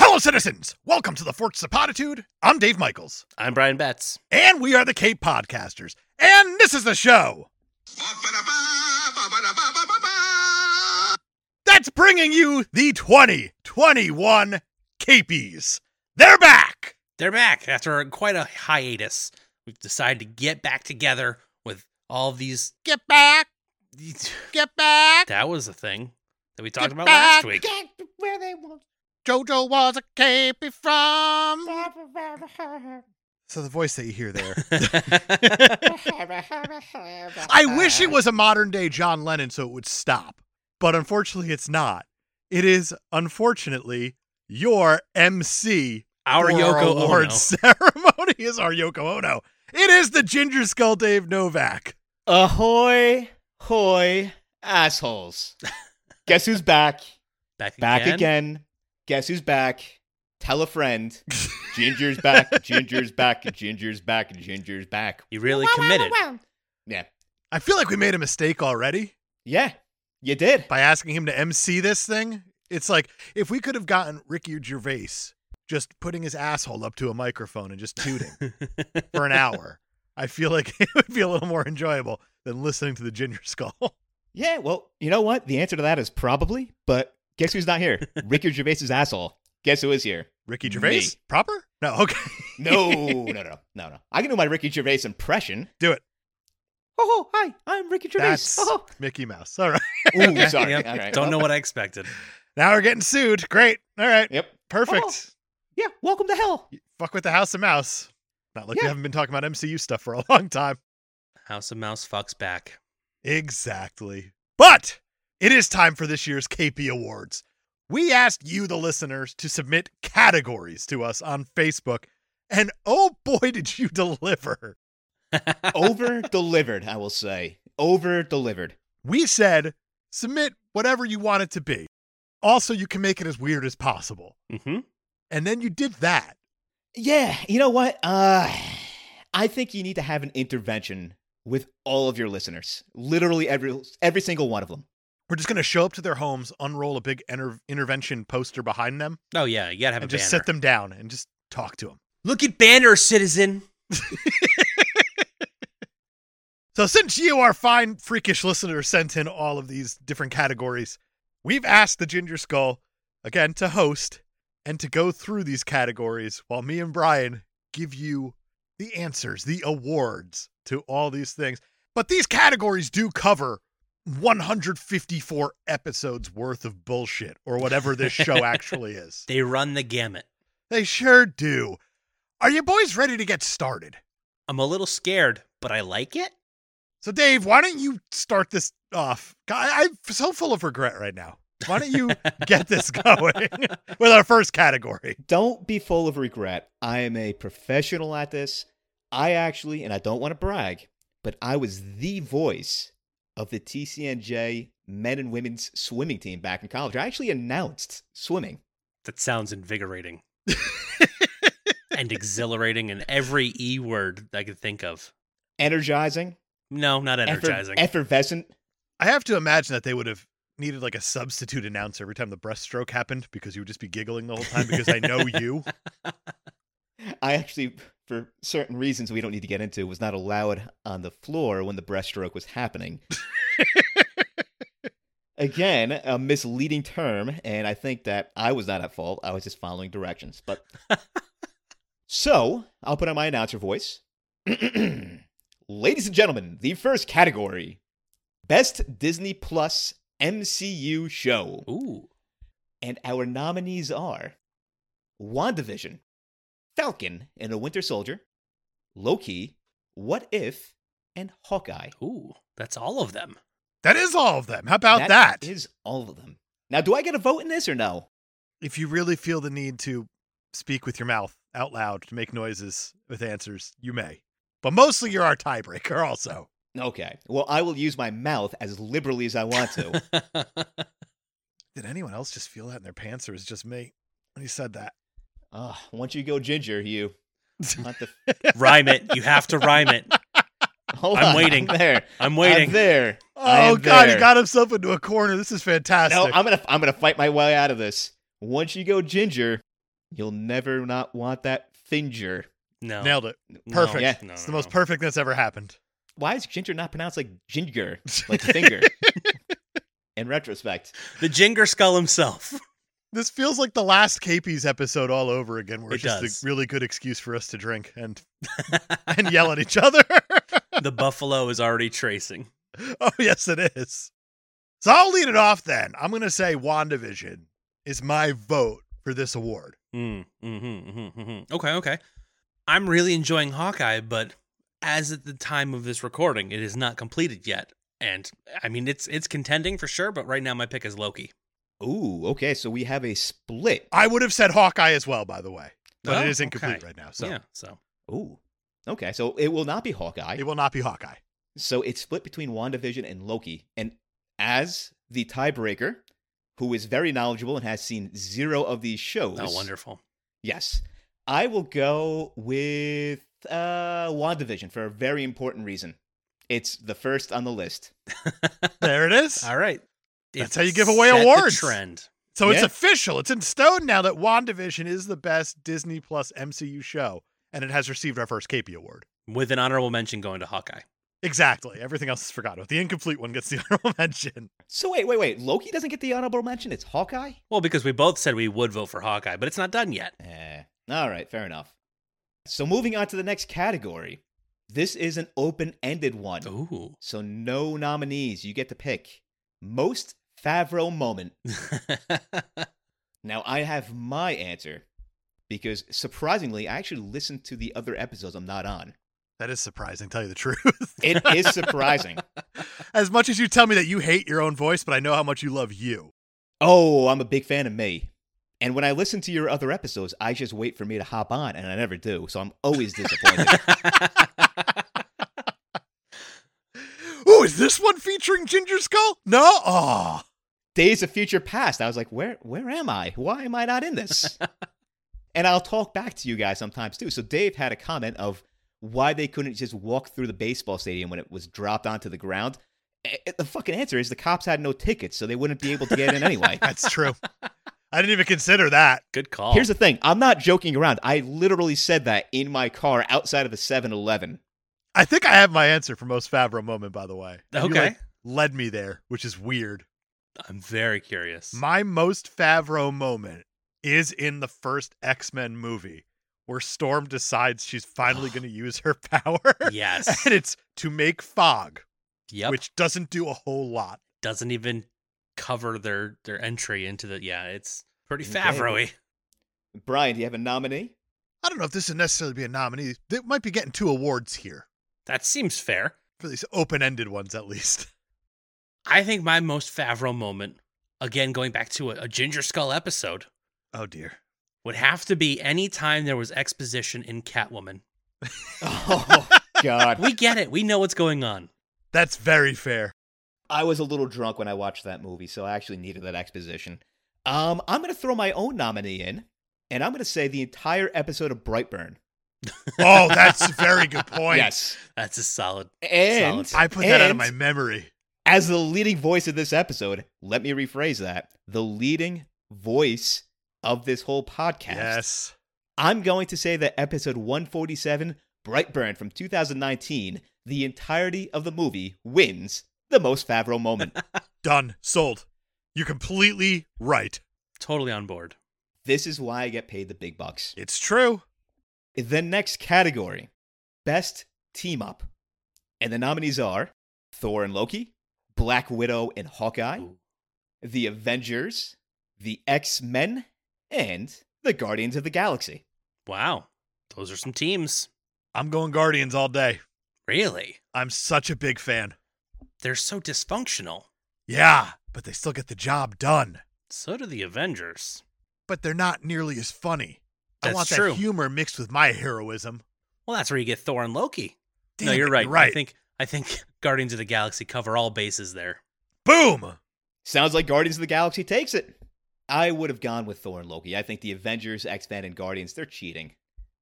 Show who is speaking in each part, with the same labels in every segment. Speaker 1: Hello, citizens! Welcome to the Fortress of Potitude. I'm Dave Michaels,
Speaker 2: I'm Brian Betts.
Speaker 1: and we are the Cape Podcasters, and this is the show that's bringing you the 2021 Capies. They're back!
Speaker 2: They're back after quite a hiatus. We've decided to get back together with all of these.
Speaker 1: Get back! Get back!
Speaker 2: That was a thing that we talked
Speaker 1: Get
Speaker 2: about last
Speaker 1: back.
Speaker 2: week.
Speaker 1: Get where they want. JoJo was a Capy from. So the voice that you hear there. I wish it was a modern day John Lennon so it would stop, but unfortunately it's not. It is, unfortunately, your MC.
Speaker 2: Our
Speaker 1: for our
Speaker 2: Yoko
Speaker 1: award
Speaker 2: Ono.
Speaker 1: ceremony is our Yoko Ono. It is the Ginger Skull Dave Novak.
Speaker 3: Ahoy, hoy, assholes. Guess who's back?
Speaker 2: Back,
Speaker 3: Back
Speaker 2: again.
Speaker 3: again. Guess who's back? Tell a friend. Ginger's back, Ginger's back, Ginger's back, Ginger's back.
Speaker 2: You really committed.
Speaker 3: Yeah.
Speaker 1: I feel like we made a mistake already
Speaker 3: Yeah, you did.
Speaker 1: by asking him to MC this thing. It's like if we could have gotten Ricky Gervais just putting his asshole up to a microphone and just tooting for an hour. I feel like it would be a little more enjoyable than listening to the Ginger Skull.
Speaker 3: Yeah, well, you know what? The answer to that is probably, but guess who's not here? Ricky Gervais's asshole. Guess who is here?
Speaker 1: Ricky Gervais?
Speaker 3: Me.
Speaker 1: Proper? No, okay.
Speaker 3: No, no, no, no, no, no. I can do my Ricky Gervais impression.
Speaker 1: Do it.
Speaker 3: Oh, hi, I'm Ricky Gervais.
Speaker 1: That's
Speaker 3: Oh,
Speaker 1: Mickey Mouse. All right.
Speaker 3: Ooh, sorry.
Speaker 2: Yep.
Speaker 3: All right.
Speaker 2: Don't know what I expected.
Speaker 1: Now we're getting sued. Great. All right.
Speaker 3: Yep.
Speaker 1: Perfect.
Speaker 2: Oh.
Speaker 3: Yeah, welcome to hell.
Speaker 1: Fuck with the House of Mouse. Not like we
Speaker 3: Yeah.
Speaker 1: haven't been talking about MCU stuff for a long time.
Speaker 2: House of Mouse fucks back.
Speaker 1: Exactly. But it is time for this year's KP Awards. We asked you, the listeners, to submit categories to us on Facebook. And oh boy, did you deliver.
Speaker 3: Over delivered, I will say. Over delivered.
Speaker 1: we said submit whatever you want it to be. Also, you can make it as weird as possible.
Speaker 2: hmm
Speaker 1: And then you did that.
Speaker 3: Yeah, you know what? Uh I think you need to have an intervention with all of your listeners. Literally every every single one of them.
Speaker 1: We're just going to show up to their homes, unroll a big enter- intervention poster behind them,
Speaker 2: Oh, yeah. You got to have
Speaker 1: and
Speaker 2: a banner.
Speaker 1: just sit them down and just talk to them.
Speaker 2: Look at banner, citizen.
Speaker 1: So, since you, our fine, freakish listener, sent in all of these different categories, we've asked the Ginger Skull again to host and to go through these categories while me and Brian give you the answers, the awards to all these things. But these categories do cover 154 episodes worth of bullshit or whatever this show actually is.
Speaker 2: They run the gamut.
Speaker 1: They sure do. Are you boys ready to get started?
Speaker 2: I'm a little scared, but I like it.
Speaker 1: So, Dave, why don't you start this off? God, I, I'm so full of regret right now. Why don't you get this going with our first category?
Speaker 3: Don't be full of regret. I am a professional at this. I actually, and I don't want to brag, but I was the voice of the TCNJ men and women's swimming team back in college. I actually announced swimming.
Speaker 2: That sounds invigorating and exhilarating in every E word I could think of.
Speaker 3: Energizing.
Speaker 2: No, not
Speaker 3: effer-
Speaker 2: energizing.
Speaker 1: e-
Speaker 3: effervescent.
Speaker 1: I have to imagine that they would have needed like a substitute announcer every time the breaststroke happened because you would just be giggling the whole time because I know you.
Speaker 3: I actually, for certain reasons we don't need to get into, was not allowed on the floor when the breaststroke was happening. Again, a misleading term, and I think that I was not at fault. I was just following directions. But so I'll put on my announcer voice. Ladies and gentlemen, the first category Best Disney Plus MCU Show.
Speaker 2: Ooh.
Speaker 3: And our nominees are WandaVision, Falcon and a Winter Soldier, Loki, What If, and Hawkeye.
Speaker 2: Ooh. That's all of them.
Speaker 1: That is all of them. How about that?
Speaker 3: is all of them. Now, do I get a vote in this or no?
Speaker 1: if you really feel the need to speak with your mouth out loud to make noises with answers, you may. But mostly you're our tiebreaker also.
Speaker 3: Okay. Well, I will use my mouth as liberally as I want to.
Speaker 1: Did anyone else just feel that in their pants or is it just me when he said that?
Speaker 3: Ah, once you go ginger, you. Not the-
Speaker 2: rhyme it. You have to rhyme it.
Speaker 3: Hold
Speaker 2: I'm
Speaker 3: on,
Speaker 2: waiting.
Speaker 3: I'm there.
Speaker 2: I'm
Speaker 3: I'm
Speaker 2: waiting.
Speaker 3: there. I
Speaker 1: Oh
Speaker 3: am
Speaker 1: god,
Speaker 3: there.
Speaker 1: he got himself into a corner. This is fantastic.
Speaker 3: No, I'm gonna I'm gonna fight my way out of this. Once you go ginger, you'll never not want that finger.
Speaker 2: No.
Speaker 1: Nailed it.
Speaker 2: No.
Speaker 1: Perfect.
Speaker 3: Yeah.
Speaker 2: No,
Speaker 1: It's
Speaker 2: no,
Speaker 1: the most
Speaker 2: no.
Speaker 1: perfect that's ever happened.
Speaker 3: Why is ginger not pronounced like ginger, like finger? In retrospect,
Speaker 2: The Jinger Skull himself.
Speaker 1: This feels like the last KP's episode all over again, where
Speaker 2: It
Speaker 1: it's just
Speaker 2: does.
Speaker 1: a really good excuse for us to drink and and yell at each other.
Speaker 2: the buffalo is already tracing.
Speaker 1: oh, yes, it is. So I'll lead it off then. I'm going to say WandaVision is my vote for this award.
Speaker 2: Mm, mm-hmm, mm-hmm, mm-hmm. Okay, okay. I'm really enjoying Hawkeye, but as at the time of this recording, it is not completed yet. And I mean, it's it's contending for sure, but right now my pick is Loki.
Speaker 3: ooh, okay, so we have a split.
Speaker 1: I would have said Hawkeye as well, by the way, but it
Speaker 2: Oh,
Speaker 1: is incomplete
Speaker 2: okay.
Speaker 1: right now. So
Speaker 2: Yeah, so
Speaker 3: Ooh, okay, so it will not be Hawkeye.
Speaker 1: it will not be Hawkeye.
Speaker 3: So it's split between WandaVision and Loki. And as the tiebreaker, who is very knowledgeable and has seen zero of these shows.
Speaker 2: oh, wonderful.
Speaker 3: Yes. I will go with uh, WandaVision for a very important reason. It's the first on the list.
Speaker 1: There it is.
Speaker 2: All right,
Speaker 1: That's
Speaker 2: It
Speaker 1: how you give away
Speaker 2: set the
Speaker 1: awards.
Speaker 2: trend.
Speaker 1: So it's
Speaker 3: Yeah.
Speaker 1: official. It's in stone now that WandaVision is the best Disney Plus MCU show, and it has received our first KP award.
Speaker 2: with an honorable mention going to Hawkeye.
Speaker 1: Exactly. Everything else is forgotten. about. The incomplete one gets the honorable mention.
Speaker 3: So wait, wait, wait. Loki doesn't get the honorable mention. It's Hawkeye?
Speaker 2: Well, because we both said we would vote for Hawkeye, but it's not done yet.
Speaker 3: Eh, all right, fair enough. So moving on to the next category. This is an open ended one.
Speaker 2: Ooh.
Speaker 3: So no nominees. You get to pick. Most Favreau moment. Now I have my answer because surprisingly, I actually listened to the other episodes I'm not on.
Speaker 1: That is surprising, tell you the truth.
Speaker 3: It is surprising.
Speaker 1: as much as you tell me that you hate your own voice, but I know how much you love you.
Speaker 3: Oh, I'm a big fan of me. And when I listen to your other episodes, I just wait for me to hop on, and I never do. So I'm always disappointed.
Speaker 1: Oh, is this one featuring Ginger Skull? No. Oh.
Speaker 3: Days of Future Past. I was like, where where am I? Why am I not in this? and I'll talk back to you guys sometimes too. So Dave had a comment of why they couldn't just walk through the baseball stadium when it was dropped onto the ground. Eh, eh, The fucking answer is the cops had no tickets, so they wouldn't be able to get in anyway.
Speaker 1: That's true. I didn't even consider that.
Speaker 2: Good call.
Speaker 3: Here's the thing. I'm not joking around. I literally said that in my car outside of a 7-Eleven.
Speaker 1: I think I have my answer for most Favreau moment, by the way. You,
Speaker 2: okay.
Speaker 1: like, led me there, which is weird.
Speaker 2: I'm very curious.
Speaker 1: My most Favreau moment is in the first X Men movie where Storm decides she's finally going to use her power.
Speaker 2: yes.
Speaker 1: and it's to make fog,
Speaker 2: Yep.
Speaker 1: which doesn't do a whole lot.
Speaker 2: doesn't even cover their their entry into the yeah, it's pretty
Speaker 3: Okay.
Speaker 2: Favreau-y.
Speaker 3: Brian, do you have a nominee?
Speaker 1: I don't know if this would necessarily be a nominee. They might be getting two awards here
Speaker 2: That seems fair.
Speaker 1: for these open ended ones, at least.
Speaker 2: I think my most Favreau moment, again going back to a, a Ginger Skull episode,
Speaker 1: Oh dear.
Speaker 2: would have to be any time there was exposition in Catwoman.
Speaker 3: Oh god.
Speaker 2: We get it. We know what's going on.
Speaker 1: That's very fair.
Speaker 3: I was a little drunk when I watched that movie, so I actually needed that exposition. Um, I'm going to throw my own nominee in, and I'm going to say the entire episode of Brightburn.
Speaker 1: Oh, that's a very good point.
Speaker 3: Yes.
Speaker 2: That's a solid
Speaker 3: And
Speaker 2: Solid.
Speaker 1: I put that out of
Speaker 3: and
Speaker 1: my memory.
Speaker 3: As the leading voice of this episode, let me rephrase that. The leading voice of this whole podcast.
Speaker 1: Yes.
Speaker 3: I'm going to say that episode 147, Brightburn from 2019, the entirety of the movie wins the most Favreau moment.
Speaker 1: Done. Sold. You're completely right.
Speaker 2: totally on board.
Speaker 3: this is why I get paid the big bucks.
Speaker 1: It's true.
Speaker 3: The next category Best Team Up. And the nominees are Thor and Loki, Black Widow and Hawkeye,
Speaker 2: Ooh.
Speaker 3: The Avengers, The X Men, and The Guardians of the Galaxy.
Speaker 2: Wow. Those are some teams.
Speaker 1: I'm going Guardians all day.
Speaker 2: Really?
Speaker 1: I'm such a big fan.
Speaker 2: They're so dysfunctional.
Speaker 1: Yeah, but they still get the job done.
Speaker 2: So do the Avengers.
Speaker 1: but they're not nearly as funny. I
Speaker 2: That's
Speaker 1: want
Speaker 2: true.
Speaker 1: that humor mixed with my heroism.
Speaker 2: Well, that's where you get Thor and Loki.
Speaker 1: Damn
Speaker 2: no,
Speaker 1: it,
Speaker 2: you're right.
Speaker 1: right.
Speaker 2: I think I think Guardians of the Galaxy cover all bases there.
Speaker 1: Boom.
Speaker 3: Sounds like Guardians of the Galaxy takes it. I would have gone with Thor and Loki. I think the Avengers, X Men, and Guardians, they're cheating.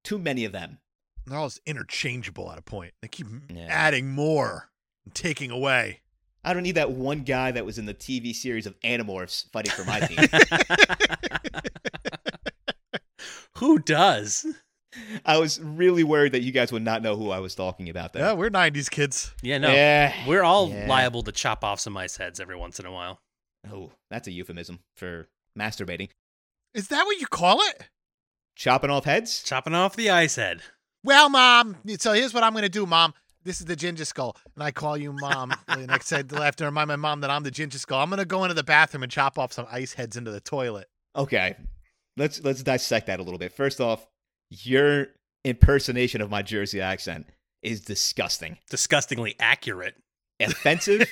Speaker 3: Too many of them.
Speaker 1: They're all interchangeable at a point. They keep m
Speaker 3: Yeah.
Speaker 1: adding more and taking away.
Speaker 3: I don't need that one guy that was in the TV series of Animorphs fighting for my team.
Speaker 2: Who does?
Speaker 3: I was really worried that you guys would not know who I was talking about
Speaker 1: Yeah,
Speaker 3: there.
Speaker 1: we're 90s kids.
Speaker 2: Yeah, no.
Speaker 3: Yeah.
Speaker 2: We're all
Speaker 3: Yeah.
Speaker 2: liable to chop off some ice heads every once in a while.
Speaker 3: Oh, that's a euphemism for masturbating.
Speaker 1: Is that what you call it?
Speaker 3: Chopping off heads?
Speaker 2: Chopping off the ice head.
Speaker 1: Well, mom. So here's what I'm going to do, mom. This is the ginger skull. And I call you mom. and I said, I have to remind my mom that I'm the ginger skull. I'm going to go into the bathroom and chop off some ice heads into the toilet.
Speaker 3: Okay. Let's let's dissect that a little bit. First off, your impersonation of my Jersey accent is disgusting.
Speaker 2: Disgustingly accurate.
Speaker 3: Offensive.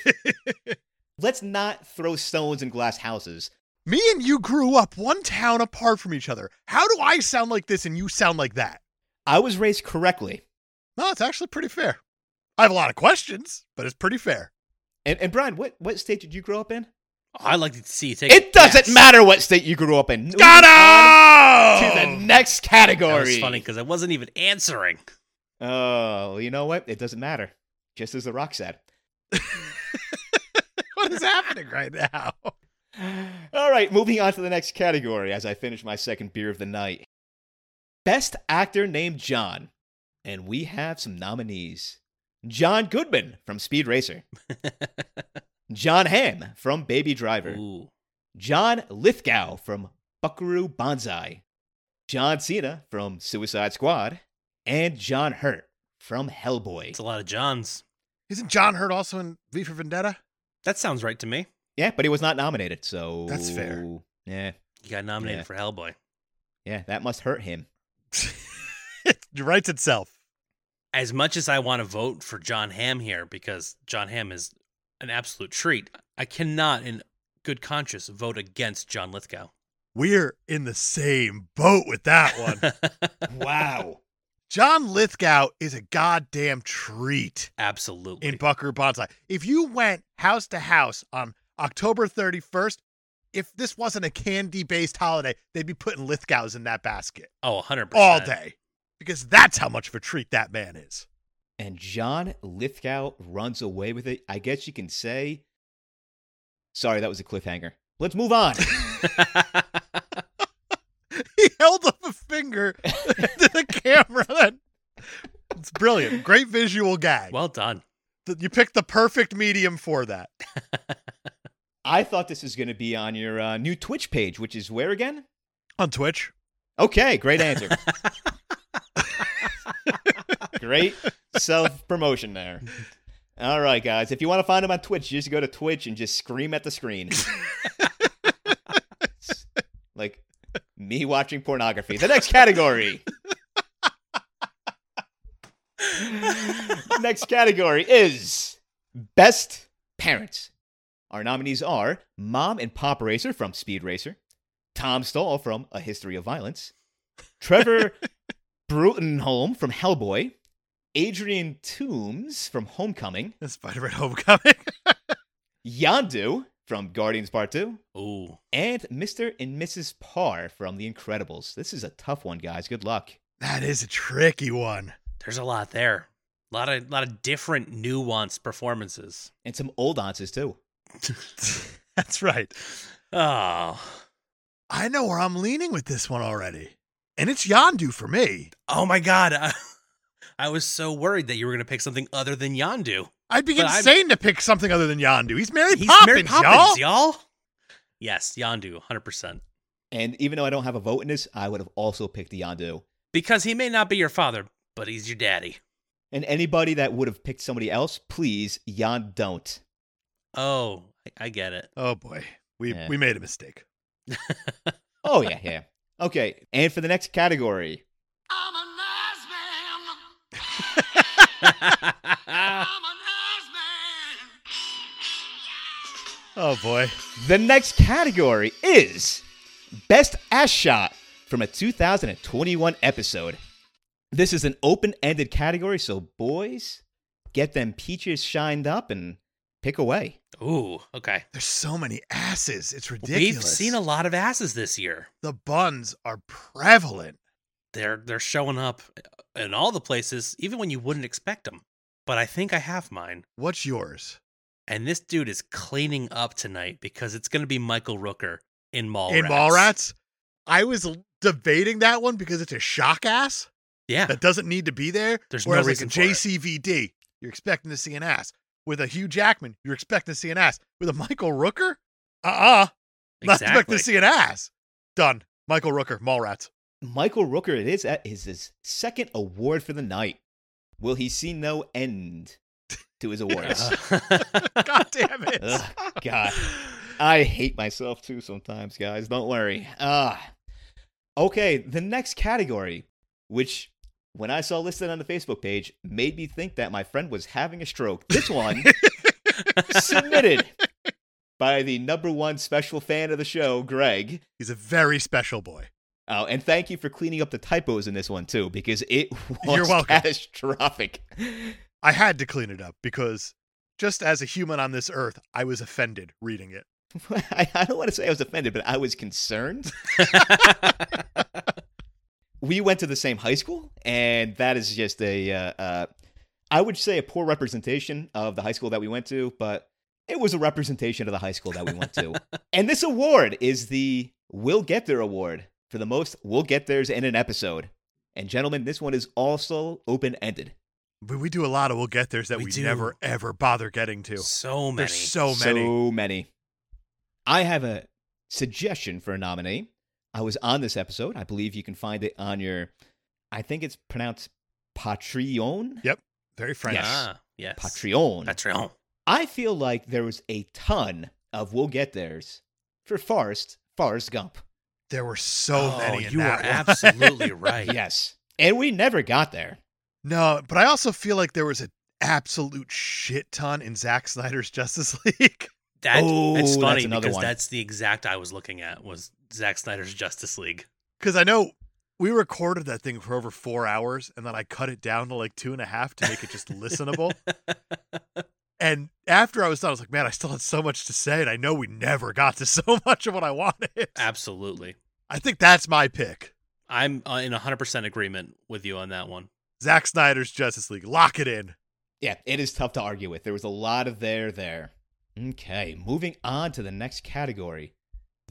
Speaker 3: let's not throw stones in glass houses.
Speaker 1: Me and you grew up one town apart from each other. How do I sound like this and you sound like that?
Speaker 3: I was raised correctly.
Speaker 1: No, it's actually pretty fair. I have a lot of questions, but it's pretty fair.
Speaker 3: And and Brian, what, what state did you grow up in?
Speaker 2: I like to see you take.
Speaker 3: It doesn't
Speaker 2: Yes.
Speaker 3: matter what state you grew up in. Moving on To the
Speaker 1: Got him!
Speaker 3: next category.
Speaker 2: That was funny because I wasn't even answering.
Speaker 3: Oh, you know what? It doesn't matter. Just as The Rock said.
Speaker 1: What is happening right now?
Speaker 3: All right, moving on to the next category as I finish my second beer of the night. Best actor named John. And we have some nominees John Goodman from Speed Racer, John Hamm from Baby Driver,
Speaker 2: Ooh.
Speaker 3: John Lithgow from Buckaroo Banzai, John Cena from Suicide Squad, and John Hurt from Hellboy.
Speaker 2: It's a lot of Johns.
Speaker 1: Isn't John Hurt also in V for Vendetta?
Speaker 2: That sounds right to me.
Speaker 3: Yeah, but he was not nominated, so.
Speaker 1: That's fair.
Speaker 3: Yeah,
Speaker 2: You got nominated
Speaker 3: Yeah.
Speaker 2: for Hellboy.
Speaker 3: yeah, that must hurt him.
Speaker 1: it writes itself.
Speaker 2: As much as I want to vote for John Hamm here because John Hamm is an absolute treat, I cannot, in good conscience, vote against John Lithgow.
Speaker 1: We're in the same boat with that one.
Speaker 3: wow.
Speaker 1: John Lithgow is a goddamn treat
Speaker 2: Absolutely.
Speaker 1: in Buckaroo Banzai. If you went house to house on October 31st, if this wasn't a candy based holiday, they'd be putting Lithgows in that basket
Speaker 2: oh, 100%.
Speaker 1: all day because that's how much of a treat that man is.
Speaker 3: and John Lithgow runs away with it. I guess you can say. Sorry, that was a cliffhanger. Let's move on.
Speaker 1: He held up a finger to the camera. It's brilliant. Great visual gag.
Speaker 2: well done.
Speaker 1: Th- you picked the perfect medium for that.
Speaker 3: I thought this was going to be on your uh, new Twitch page, which is where again?
Speaker 1: On Twitch,
Speaker 3: Okay, great answer. great self promotion there. All right, guys. If you want to find him on Twitch, you just go to Twitch and just scream at the screen. like me watching pornography. The next category. next category is Best Parents. Our nominees are Mom and Pop Racer from Speed Racer, Tom Stahl from A History of Violence, Trevor Brutenholm from Hellboy, Adrian Toombs from Homecoming,
Speaker 1: Spider Man Homecoming.
Speaker 3: Yandu from Guardians Part 2,
Speaker 2: Ooh.
Speaker 3: and Mr. and Mrs. Parr from The Incredibles. This is a tough one, guys. Good luck.
Speaker 1: that is a tricky one.
Speaker 2: There's a lot there. A lot of lot of different nuanced performances.
Speaker 3: And some old answers, too.
Speaker 1: That's right.
Speaker 2: Oh.
Speaker 1: I know where I'm leaning with this one already. And it's Yandu for me.
Speaker 2: Oh my god. I, I was so worried that you were going to pick something other than Yandu.
Speaker 1: I'd be
Speaker 2: But I'm-
Speaker 1: insane to pick something other than Yandu. He's Mary
Speaker 2: He's
Speaker 1: Poppins,
Speaker 2: Mary
Speaker 1: y'all.
Speaker 2: Poppins, y'all. Yes, Yandu, 100%.
Speaker 3: And even though I don't have a vote in this, I would have also picked Yandu.
Speaker 2: Because he may not be your father, but he's your daddy.
Speaker 3: And anybody that would have picked somebody else, please, Yan don't.
Speaker 2: Oh, I, I get it.
Speaker 1: Oh boy, we
Speaker 3: Yeah.
Speaker 1: we made a mistake.
Speaker 3: Oh, yeah, yeah. Okay. And for the next category,
Speaker 4: I'm a nice man. I'm a nice man.
Speaker 1: Oh boy,
Speaker 3: the next category is Best Ass Shot from a 2021 episode. This is an open ended category, so boys, get them peaches shined up and pick away.
Speaker 2: Ooh, okay.
Speaker 1: There's so many asses. It's ridiculous.
Speaker 2: We've seen a lot of asses this year.
Speaker 1: the buns are prevalent.
Speaker 2: They're they're showing up in all the places, even when you wouldn't expect them. But I think I have mine.
Speaker 1: What's yours?
Speaker 2: And this dude is cleaning up tonight because it's going to be Michael Rooker in Mallrats.
Speaker 1: In Mallrats? I was l- debating that one because it's a shock ass
Speaker 2: Yeah.
Speaker 1: that doesn't need to be there.
Speaker 2: There's no
Speaker 1: Whereas
Speaker 2: reason
Speaker 1: like
Speaker 2: for
Speaker 1: a
Speaker 2: it.
Speaker 1: JCVD, you're expecting to see an ass. With a Hugh Jackman, you're expecting to see an ass. With a Michael Rooker? Uh-uh. Not expecting
Speaker 2: exactly.
Speaker 1: to see an ass. Done. Michael Rooker, Mallrats.
Speaker 3: Michael Rooker, it is at is his second award for the night. Will he see no end to his awards?
Speaker 1: God damn it.
Speaker 3: Ugh, God. I hate myself too sometimes, guys. Don't worry. Ah. okay, the next category, which when I saw listed on the Facebook page, made me think that my friend was having a stroke. This one, submitted by the number one special fan of the show, Greg.
Speaker 1: He's a very special boy.
Speaker 3: Oh, and thank you for cleaning up the typos in this one too, because it was
Speaker 1: You're welcome.
Speaker 3: catastrophic.
Speaker 1: I had to clean it up because just as a human on this earth, I was offended reading it.
Speaker 3: I, I don't want to say I was offended, but I was concerned. we went to the same high school, and that is just a, uh, uh, I would say, a poor representation of the high school that we went to, but it was a representation of the high school that we went to. and this award is the We'll Get There Award for the most We'll Get There's in an episode. And gentlemen, this one is also open ended.
Speaker 1: But we do a lot of we'll get there's that
Speaker 2: We
Speaker 1: we,
Speaker 2: do.
Speaker 1: never ever bother getting to.
Speaker 2: so many.
Speaker 1: There's so many.
Speaker 3: So many. I have a suggestion for a nominee. I was on this episode. I believe you can find it on your, I think it's pronounced Patreon.
Speaker 1: Very French.
Speaker 2: Ah, yes.
Speaker 3: Patreon.
Speaker 2: Patreon.
Speaker 3: I feel like there was a ton of We'll Get Theirs for Forrest, Forrest Gump.
Speaker 1: There were so
Speaker 2: oh,
Speaker 1: many. In
Speaker 2: you
Speaker 1: that
Speaker 2: are
Speaker 1: one.
Speaker 2: absolutely right.
Speaker 3: Yes. And we never got there.
Speaker 1: No, but I also feel like there was an absolute shit ton in Zack Snyder's Justice League.
Speaker 2: That,
Speaker 3: Oh,
Speaker 2: it's
Speaker 3: that's
Speaker 2: funny
Speaker 3: another
Speaker 2: because
Speaker 3: one.
Speaker 2: that's the exact I was looking at was Zack Snyder's Justice League.
Speaker 1: Because I know we recorded that thing for over four hours and then I cut it down to like two and a half to make it just listenable. And after I was done, I was like, man, I still had so much to say. And I know we never got to so much of what I wanted.
Speaker 2: Absolutely.
Speaker 1: I think that's my pick.
Speaker 2: I'm uh, in 100% agreement with you on that one.
Speaker 1: Zack Snyder's Justice League. Lock it in.
Speaker 3: Yeah, it is tough to argue with. There was a lot of there there. Okay, moving on to the next category.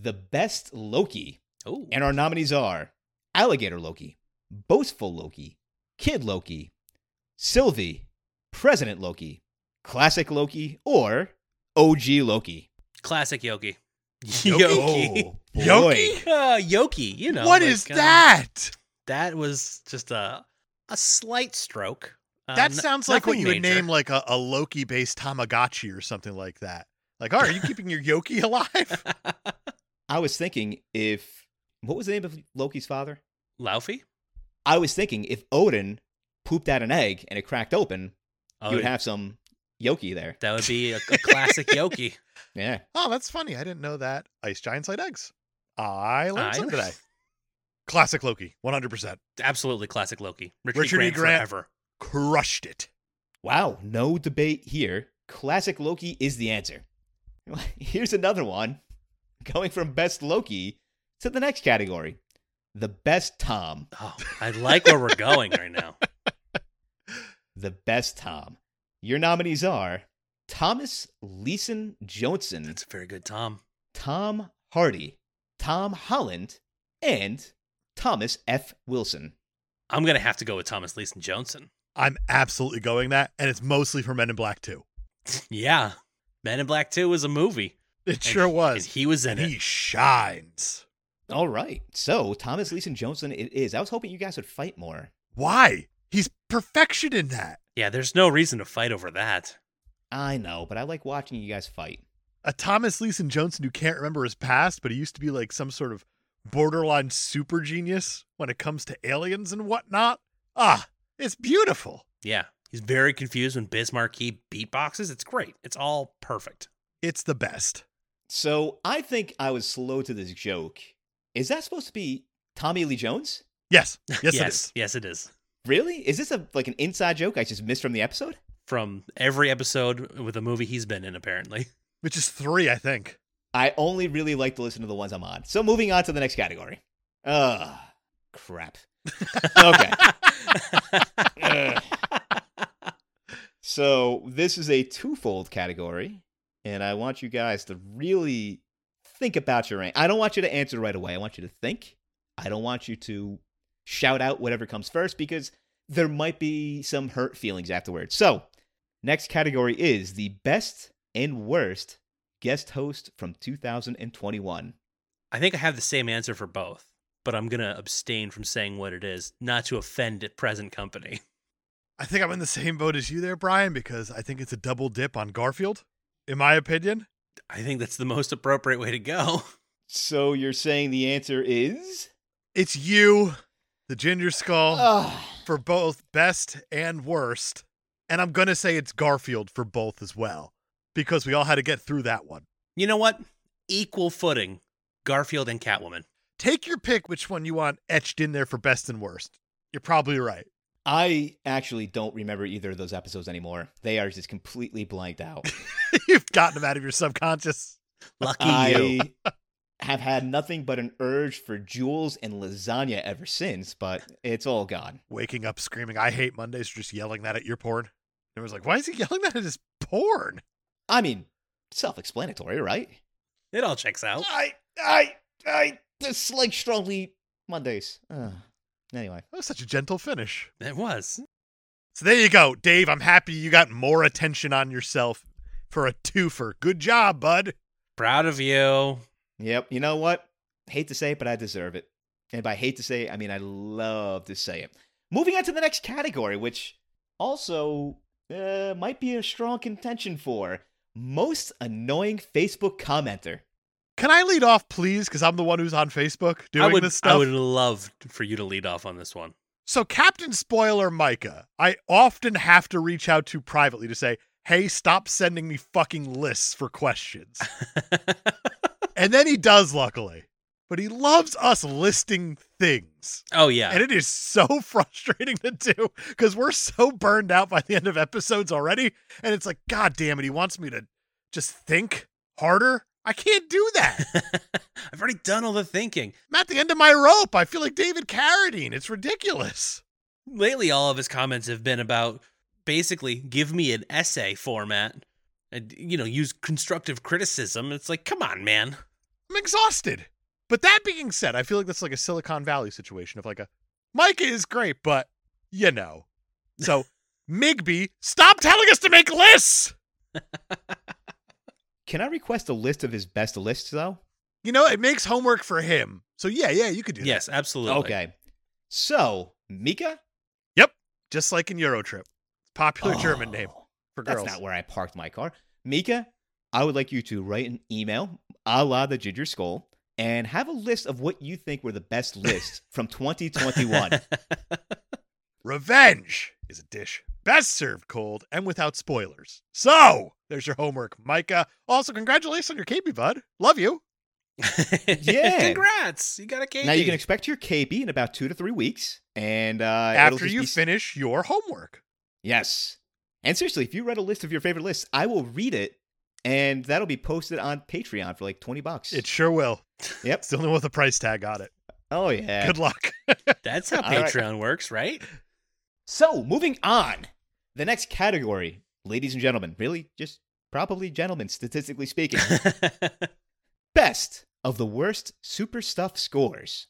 Speaker 3: The best Loki.
Speaker 2: Oh.
Speaker 3: And our nominees are Alligator Loki, Boastful Loki, Kid Loki, Sylvie, President Loki, Classic Loki, or OG Loki.
Speaker 2: Classic Yogi.
Speaker 3: Yoki.
Speaker 1: Yoki?
Speaker 2: Uh, Yoki, you know.
Speaker 1: oh, what
Speaker 2: like,
Speaker 1: is
Speaker 2: uh,
Speaker 1: that?
Speaker 2: that was just a a slight stroke. Uh,
Speaker 1: that
Speaker 2: n-
Speaker 1: sounds like what
Speaker 2: nothing
Speaker 1: you would
Speaker 2: major.
Speaker 1: name like a, a Loki based Tamagotchi or something like that. Like, oh, are you keeping your Yoki alive?
Speaker 3: I was thinking if what was the name of Loki's father?
Speaker 2: Laufey?
Speaker 3: I was thinking if Odin pooped out an egg and it cracked open,
Speaker 2: Oh,
Speaker 3: you would have some Yoki there.
Speaker 2: that would be a, a classic Yoki.
Speaker 3: Yeah.
Speaker 1: oh, that's funny. I didn't know that. Ice giants laid eggs. I learned
Speaker 2: I-
Speaker 1: something today. Classic Loki, 100%.
Speaker 2: Absolutely classic Loki. Richard,
Speaker 1: Richard E.
Speaker 2: E. Grant,
Speaker 1: Grant.
Speaker 2: forever.
Speaker 1: Crushed it.
Speaker 3: Wow, no debate here. Classic Loki is the answer. Here's another one. Going from best Loki to the next category the best Tom.
Speaker 2: Oh, I like where we're going right now.
Speaker 3: The best Tom. Your nominees are Thomas Leeson Johnson,
Speaker 2: That's a very good Tom.
Speaker 3: Tom Hardy, Tom Holland, and Thomas F. Wilson.
Speaker 2: I'm gonna have to go with Thomas Leeson Johnson.
Speaker 1: I'm absolutely going that. And it's mostly for Men in Black too.
Speaker 2: Yeah, Men in Black Two was a movie.
Speaker 1: It
Speaker 2: And-
Speaker 1: sure
Speaker 2: and
Speaker 1: was.
Speaker 2: he was in
Speaker 1: and he
Speaker 2: it.
Speaker 1: shines.
Speaker 3: All right. So, Thomas Leeson Johnson, it is. I was hoping you guys would fight more.
Speaker 1: Why? He's perfection in that.
Speaker 2: Yeah, there's no reason to fight over that.
Speaker 3: I know, but I like watching you guys fight.
Speaker 1: A Thomas Leeson Johnson who can't remember his past, but he used to be like some sort of borderline super genius when it comes to aliens and whatnot. Ah, it's beautiful.
Speaker 2: Yeah, he's very confused when Biz Markie beatboxes. It's great. It's all perfect.
Speaker 1: It's the best.
Speaker 3: So I think I was slow to this joke Is that supposed to be Tommy Lee Jones?
Speaker 1: Yes. Yes, it
Speaker 2: yes,
Speaker 1: is.
Speaker 2: yes, it is.
Speaker 3: Really? Is this a like an inside joke I just missed from the episode?
Speaker 2: From every episode with a movie he's been in, apparently.
Speaker 1: Which is three, I think.
Speaker 3: I only really like to listen to the ones I'm on. So moving on to the next category. Ugh, crap. Okay. Ugh. so this is a twofold category, and I want you guys to really think about your rank. I don't want you to answer right away. I want you to think. I don't want you to shout out whatever comes first because there might be some hurt feelings afterwards. So next category is the best and worst guest host from 2021.
Speaker 2: I think I have the same answer for both, but I'm going to abstain from saying what it is, not to offend at present company.
Speaker 1: I think I'm in the same boat as you there, Brian, because I think it's a double dip on Garfield, in my opinion.
Speaker 2: I think that's the most appropriate way to go.
Speaker 3: So you're saying the answer is
Speaker 1: It's you, the Ginger Skull,
Speaker 3: Ugh.
Speaker 1: for both best and worst. And I'm going to say it's Garfield for both as well, because we all had to get through that one.
Speaker 2: You know what? Equal footing Garfield and Catwoman.
Speaker 1: Take your pick which one you want etched in there for best and worst. You're probably right.
Speaker 3: I actually don't remember either of those episodes anymore. They are just completely blanked out.
Speaker 1: You've gotten them out of your subconscious.
Speaker 2: Lucky you.
Speaker 3: I have had nothing but an urge for jewels and lasagna ever since, but it's all gone.
Speaker 1: Waking up screaming, I hate Mondays, just yelling that at your porn. And it was like, why is he yelling that at his porn?
Speaker 3: I mean, self-explanatory, right?
Speaker 2: It all checks out.
Speaker 3: I I I dislike strongly Mondays. Ugh. Anyway,
Speaker 1: That was such a gentle finish.
Speaker 2: It was.
Speaker 1: So there you go, Dave. I'm happy you got more attention on yourself for a twofer. Good job, bud.
Speaker 2: Proud of you.
Speaker 3: yep. You know what? Hate to say it, but I deserve it. And by hate to say it, I mean I love to say it. Moving on to the next category, which also uh, might be a strong contention for most annoying Facebook commenter.
Speaker 1: Can I lead off, please? Because I'm the one who's on Facebook doing
Speaker 2: I would,
Speaker 1: this
Speaker 2: I
Speaker 1: stuff.
Speaker 2: would love for you to lead off on this one.
Speaker 1: So, Captain Spoiler Micah, I often have to reach out to privately to say, hey, stop sending me fucking lists for questions. and then he does, luckily. But he loves us listing things.
Speaker 2: oh, yeah.
Speaker 1: And it is so frustrating to do because we're so burned out by the end of episodes already. And it's like, God damn it, he wants me to just think harder. I can't do that.
Speaker 2: I've already done all the thinking.
Speaker 1: I'm at the end of my rope. I feel like David Carradine. It's ridiculous.
Speaker 2: Lately, all of his comments have been about basically give me an essay format and, you know, use constructive criticism. It's like, come on, man.
Speaker 1: I'm exhausted. But that being said, I feel like that's like a Silicon Valley situation of like a Micah is great, but you know. So Migby, stop telling us to make lists.
Speaker 3: Can I request a list of his best lists, though?
Speaker 1: You know, it makes homework for him. So yeah, yeah, you could do that.
Speaker 2: Yes, absolutely.
Speaker 3: Okay. So, Mika?
Speaker 1: Just like in Eurotrip. Popular
Speaker 3: Oh,
Speaker 1: German name for
Speaker 3: That's
Speaker 1: girls.
Speaker 3: not where I parked my car. Mika, I would like you to write an email a la the Ginger Skull and have a list of what you think were the best lists from 2021.
Speaker 1: Revenge is a dish best served cold and without spoilers. So there's your homework, Micah. Also, congratulations on your KB, bud. Love you.
Speaker 3: Yeah.
Speaker 2: Congrats. You got a cake.
Speaker 3: now, you can expect your KB in about two to three weeks. And uh, it'll
Speaker 1: After
Speaker 3: just
Speaker 1: you
Speaker 3: be-
Speaker 1: finish your homework.
Speaker 3: Yes. And seriously, if you write a list of your favorite lists, I will read it and that'll be posted on Patreon for like 20 bucks.
Speaker 1: It sure will.
Speaker 3: Yep.
Speaker 1: It's the only one with a price tag on it.
Speaker 3: Oh, yeah.
Speaker 1: Good luck.
Speaker 2: That's how
Speaker 3: All right.
Speaker 2: Patreon works, right?
Speaker 3: So, moving on. The next category, ladies and gentlemen, really just probably gentlemen, statistically speaking, best of the worst super stuff scores.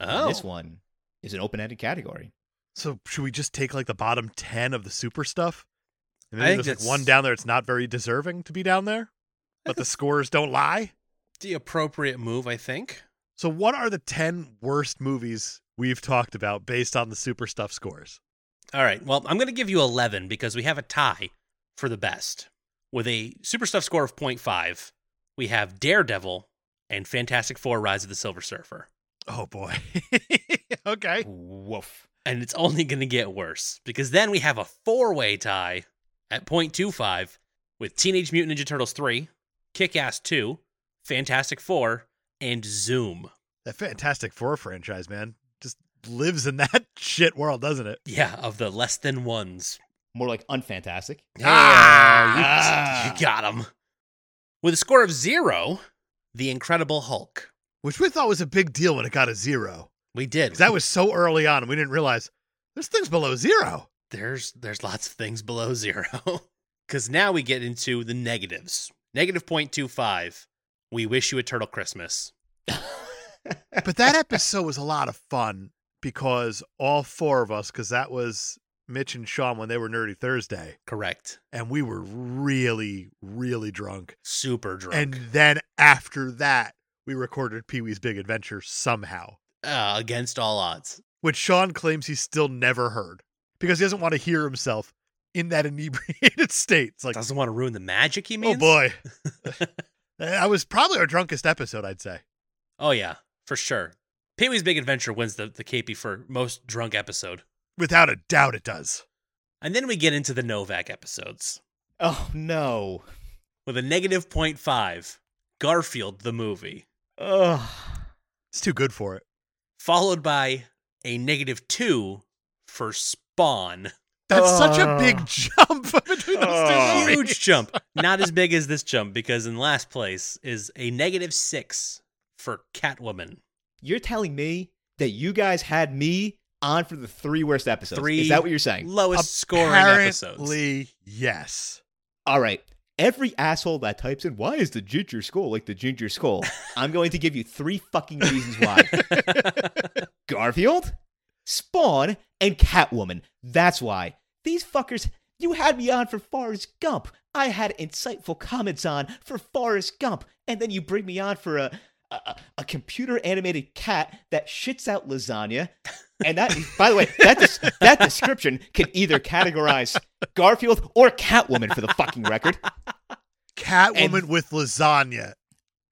Speaker 3: And
Speaker 2: oh.
Speaker 3: This one is an open ended category.
Speaker 1: So should we just take like the bottom ten of the super stuff? And
Speaker 2: I
Speaker 1: maybe
Speaker 2: think
Speaker 1: there's like
Speaker 2: that's-
Speaker 1: one down there. It's not very deserving to be down there, but the scores don't lie.
Speaker 2: The appropriate move, I think.
Speaker 1: So what are the ten worst movies we've talked about based on the super stuff scores?
Speaker 2: All right. Well, I'm going to give you 11 because we have a tie for the best. With a super stuff score of 0.5, we have Daredevil and Fantastic Four Rise of the Silver Surfer.
Speaker 1: Oh boy. okay.
Speaker 3: Woof.
Speaker 2: And it's only going to get worse because then we have a four way tie at 0.25 with Teenage Mutant Ninja Turtles 3, Kick Ass 2, Fantastic Four, and Zoom.
Speaker 1: That Fantastic Four franchise, man, just lives in that shit world, doesn't it?
Speaker 2: Yeah, of the less than ones.
Speaker 3: More like unfantastic.
Speaker 2: Yeah, you,
Speaker 3: Ah.
Speaker 2: you got him. With a score of zero, The Incredible Hulk.
Speaker 1: Which we thought was a big deal when it got a zero.
Speaker 2: We did.
Speaker 1: 'Cause that was so early on, we didn't realize this thing's below zero.
Speaker 2: there's there's lots of things below zero because now we get into the negatives negative 0.25 we wish you a turtle christmas
Speaker 1: But that episode was a lot of fun because all four of us, because that was Mitch and Sean when they were Nerdy Thursday,
Speaker 2: correct
Speaker 1: and we were really, really drunk.
Speaker 2: super drunk
Speaker 1: And then after that, we recorded Pee Wee's Big Adventure somehow,
Speaker 2: uh, against all odds
Speaker 1: which Sean claims he still never heard because he doesn't want to hear himself in that inebriated state. It's like,
Speaker 2: doesn't want to ruin the magic he
Speaker 1: oh
Speaker 2: means
Speaker 1: boy. that was probably our drunkest episode, I'd say.
Speaker 2: oh yeah for sure pee-wee's big adventure wins the, the capey for most drunk episode
Speaker 1: Without a doubt, it does.
Speaker 2: and then we get into the novak episodes
Speaker 3: oh no.
Speaker 2: with a negative 0.5 garfield the movie
Speaker 3: Ugh.
Speaker 1: It's too good for it.
Speaker 2: followed by a negative 2 for spawn
Speaker 1: That's such a big
Speaker 3: Ugh.
Speaker 1: jump between those
Speaker 3: Ugh.
Speaker 1: two. movies.
Speaker 2: huge jump. Not as big as this jump because in last place is a negative six for Catwoman.
Speaker 3: You're telling me that you guys had me on for the three worst episodes.
Speaker 2: Three
Speaker 3: Is that what you're saying?
Speaker 2: Lowest scoring episodes.
Speaker 1: Apparently, yes.
Speaker 3: All right. Every asshole that types in, why is the ginger skull like the ginger skull? I'm going to give you three fucking reasons why. Garfield, Spawn, and Catwoman. That's why. These fuckers, you had me on for Forrest Gump. I had insightful comments on for Forrest Gump. And then you bring me on for a, a- a, a computer animated cat that shits out lasagna. And that, by the way, that, des- that description can either categorize Garfield or Catwoman for the fucking record.
Speaker 1: Catwoman
Speaker 3: And-
Speaker 1: with lasagna,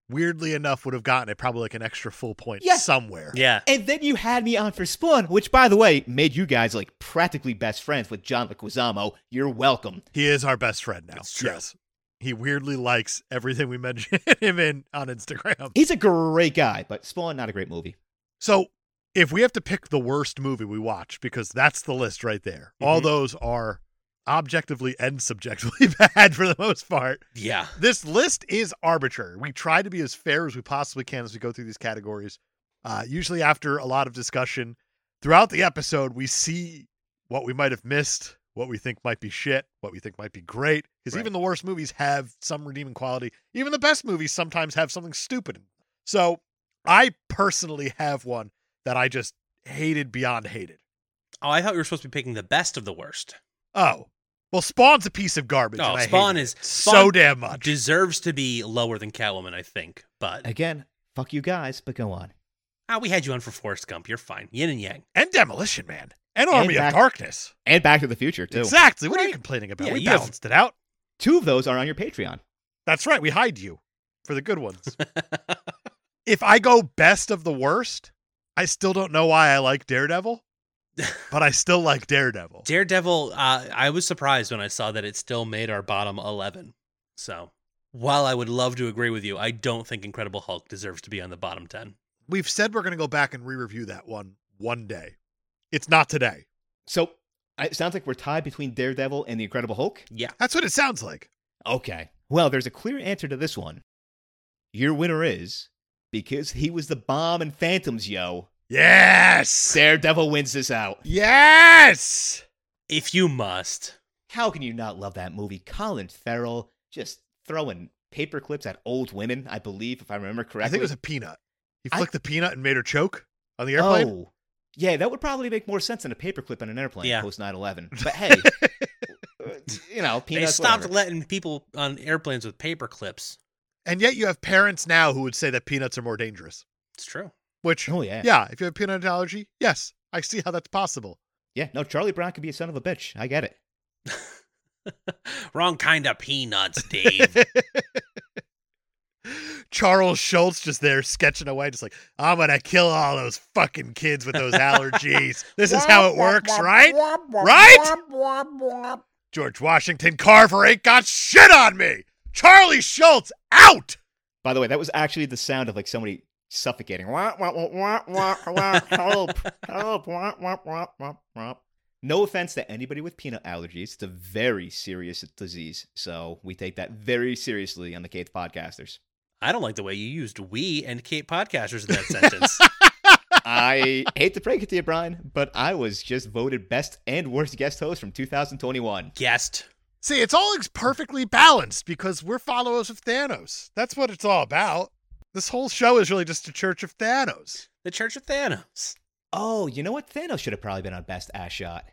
Speaker 1: weirdly enough, would have gotten it probably like an extra full point
Speaker 3: Yeah.
Speaker 1: somewhere.
Speaker 2: yeah.
Speaker 3: And then you had me on for Spawn, which, by the way, made you guys like practically best friends with John Leguizamo. You're welcome.
Speaker 1: He is our best friend now.
Speaker 2: It's true.
Speaker 1: Yes. He weirdly likes everything we mention him in on Instagram.
Speaker 3: He's a great guy, but Spawn, not a great movie.
Speaker 1: So if we have to pick the worst movie we watched, because that's the list right there, all
Speaker 2: Mhm.
Speaker 1: those are objectively and subjectively bad for the most part.
Speaker 2: Yeah.
Speaker 1: This list is arbitrary. We try to be as fair as we possibly can as we go through these categories. Uh, usually, after a lot of discussion throughout the episode, we see what we might have missed, what we think might be shit, what we think might be great. Because
Speaker 3: Right.
Speaker 1: even the worst movies have some redeeming quality. Even the best movies sometimes have something stupid. in them. So, I personally have one that I just hated beyond hated.
Speaker 2: Oh, I thought we were supposed to be picking the best of the worst.
Speaker 1: Oh, well, Spawn's a piece of garbage.
Speaker 2: No,
Speaker 1: and I hated
Speaker 2: Spawn
Speaker 1: it
Speaker 2: is-
Speaker 1: so
Speaker 2: Spawn
Speaker 1: damn much.
Speaker 2: Deserves to be lower than Catwoman, I think. But
Speaker 3: Again, fuck you guys, but go on.
Speaker 2: ah, we had you on for Forrest Gump. You're fine. Yin and Yang.
Speaker 1: and Demolition Man and Army of
Speaker 3: Mac-
Speaker 1: Darkness.
Speaker 3: And Back to the Future, too.
Speaker 1: Exactly. What are you
Speaker 2: Right.
Speaker 1: complaining about?
Speaker 2: Yeah,
Speaker 1: we
Speaker 2: you don't-
Speaker 1: balanced it out.
Speaker 3: Two of those are on your Patreon.
Speaker 1: That's right. We hide you for the good ones. if I go best of the worst, I still don't know why I like Daredevil, but I still like Daredevil.
Speaker 2: Daredevil, uh, I was surprised when I saw that it still made our bottom 11. So while I would love to agree with you, I don't think Incredible Hulk deserves to be on the bottom 10.
Speaker 1: We've said we're going to go back and re-review that one one day. It's not today.
Speaker 3: So I- it sounds like we're tied between Daredevil and The Incredible Hulk.
Speaker 2: Yeah.
Speaker 1: That's what it sounds like.
Speaker 3: Okay. Well, there's a clear answer to this one. Your winner is because he was the bomb in Phantoms, yo.
Speaker 1: Yes.
Speaker 3: Daredevil wins this out.
Speaker 1: Yes.
Speaker 2: If you must.
Speaker 3: How can you not love that movie? Colin Farrell just throwing paper clips at old women, I believe, if I remember
Speaker 1: I
Speaker 3: correctly.
Speaker 1: think it was a peanut. He
Speaker 3: I-
Speaker 1: flicked the peanut and made her choke on the airplane.
Speaker 3: Oh. Yeah, that would probably make more sense than a paperclip on an airplane
Speaker 2: Yeah.
Speaker 3: post 9 11. But hey, you know,
Speaker 2: they
Speaker 3: peanuts.
Speaker 2: stopped
Speaker 3: whatever.
Speaker 2: letting people on airplanes with paper clips.
Speaker 1: And yet you have parents now who would say that peanuts are more dangerous,
Speaker 2: It's true.
Speaker 1: which
Speaker 3: Oh, yeah. yeah.
Speaker 1: Yeah, if you have a peanut allergy, yes, I see how that's possible.
Speaker 3: no, Charlie Brown could be a son of a bitch. I get it.
Speaker 2: Wrong kind of peanuts, Dave.
Speaker 1: Charles Schultz just there sketching away, just like, I'm going to kill all those fucking kids with those allergies. this is how it works, right? right? George Washington Carver ain't got shit on me. Charlie Schultz out.
Speaker 3: By the way, that was actually the sound of like somebody suffocating. Wah, wah, wah, wah, wah, wah, help, help. Wah, wah, wah, wah, wah. No offense to anybody with peanut allergies. It's a very serious disease. So we take that very seriously on the Cave Podcasters.
Speaker 2: I don't like the way you used we and Kate podcasters in that sentence.
Speaker 3: I hate to break it to you, Brian, but I was just voted best and worst guest host from 2021.
Speaker 2: Guest.
Speaker 1: See, it's all ex- perfectly balanced because we're followers of Thanos. That's what it's all about. This whole show is really just a church of Thanos.
Speaker 2: The Church of Thanos.
Speaker 3: Oh, you know what? Thanos should have probably been on best ass shot.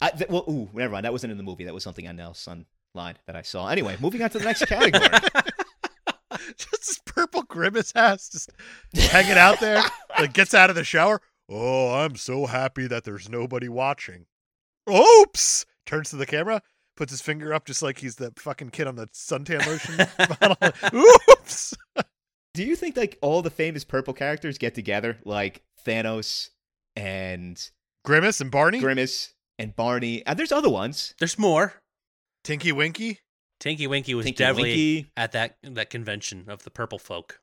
Speaker 3: I, th- well, ooh, never mind. That wasn't in the movie. That was something else online that I saw. Anyway, moving on to the next category.
Speaker 1: Just this purple grimace ass just hanging out there, like gets out of the shower. Oh, I'm so happy that there's nobody watching. Oops! Turns to the camera, puts his finger up just like he's the fucking kid on the suntan lotion bottle. Oops!
Speaker 3: Do you think like all the famous purple characters get together, like Thanos and
Speaker 1: Grimace and Barney,
Speaker 3: Grimace and Barney? And there's other ones.
Speaker 2: There's more.
Speaker 1: Tinky Winky.
Speaker 2: Tinky Winky was
Speaker 3: Tinky
Speaker 2: definitely
Speaker 3: Winky.
Speaker 2: at that that convention of the purple folk.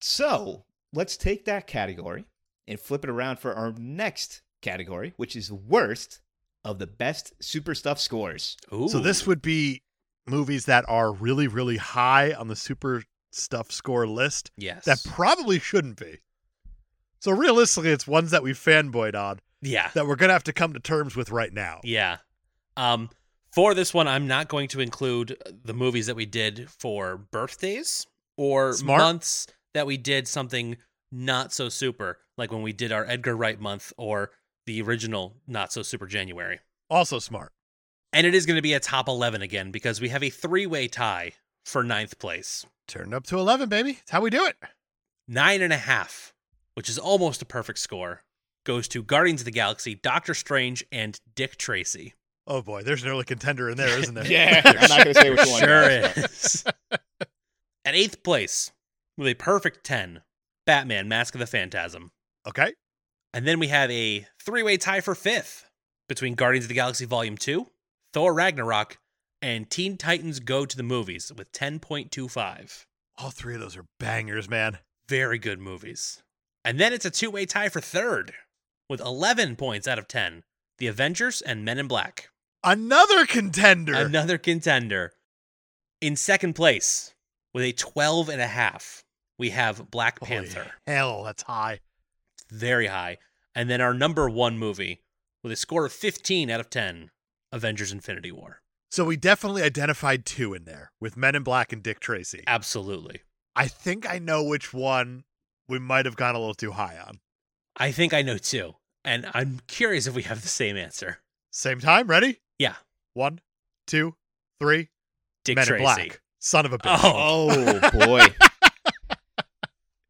Speaker 3: So let's take that category and flip it around for our next category, which is worst of the best super stuff scores.
Speaker 2: Ooh.
Speaker 1: So this would be movies that are really, really high on the super stuff score list
Speaker 2: yes.
Speaker 1: that probably shouldn't be. So realistically, it's ones that we fanboyed on
Speaker 2: yeah.
Speaker 1: that we're gonna have to come to terms with right now.
Speaker 2: Yeah. Um, for this one, I'm not going to include the movies that we did for birthdays or
Speaker 1: Smart.
Speaker 2: months that we did something not so super, like when we did our Edgar Wright month or the original not so super January.
Speaker 1: Also smart.
Speaker 2: And it is going to be a top 11 again because we have a three way tie for ninth place.
Speaker 1: Turned up to eleven, baby. It's how we do it.
Speaker 2: Nine and a half, which is almost a perfect score, goes to Guardians of the Galaxy, Doctor Strange, and Dick Tracy.
Speaker 1: Oh boy, there's an early contender in there, isn't there?
Speaker 3: Yeah, I'm not gonna say which one.
Speaker 2: Sure
Speaker 3: guys, but-
Speaker 2: is. At eighth place, with a perfect 10, Batman Mask of the Phantasm.
Speaker 1: Okay.
Speaker 2: And then we have a three way tie for fifth between Guardians of the Galaxy Volume 2, Thor Ragnarok, and Teen Titans Go to the Movies with 10.25.
Speaker 1: All three of those are bangers, man.
Speaker 2: Very good movies. And then it's a two way tie for third with 11 points out of 10, The Avengers and Men in Black.
Speaker 1: Another contender.
Speaker 2: Another contender. In second place, with a 12 and a half, we have Black
Speaker 1: Holy
Speaker 2: Panther.
Speaker 1: Hell, that's high.
Speaker 2: It's Very high. And then our number one movie, with a score of 15 out of 10, Avengers Infinity War.
Speaker 1: So we definitely identified two in there with Men in Black and Dick Tracy.
Speaker 2: Absolutely.
Speaker 1: I think I know which one we might have gone a little too high on.
Speaker 2: I think I know too. And I'm curious if we have the same answer.
Speaker 1: Same time, ready?
Speaker 2: Yeah.
Speaker 1: One, two, three.
Speaker 2: Dick
Speaker 1: Men
Speaker 2: Tracy.
Speaker 1: in Black. Son of a bitch.
Speaker 2: Oh.
Speaker 3: Oh boy.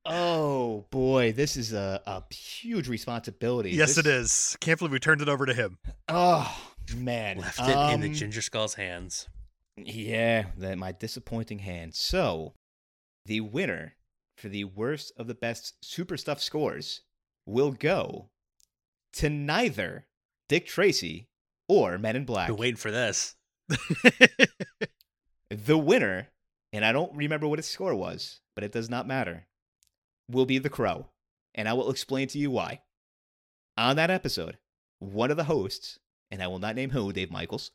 Speaker 3: oh boy, this is a, a huge responsibility.
Speaker 1: Yes,
Speaker 3: This-
Speaker 1: it is. Can't believe we turned it over to him.
Speaker 3: Oh man,
Speaker 2: Left it in the
Speaker 3: Um,
Speaker 2: Ginger Skull's hands.
Speaker 3: Yeah, that my disappointing hand. So, the winner for the worst of the best super stuff scores will go to neither Dick Tracy or Men in Black.
Speaker 2: Been waiting for this.
Speaker 3: The winner, and I don't remember what its score was, but it does not matter, will be The Crow. And I will explain to you why. On that episode, one of the hosts, and I will not name who, Dave Michaels,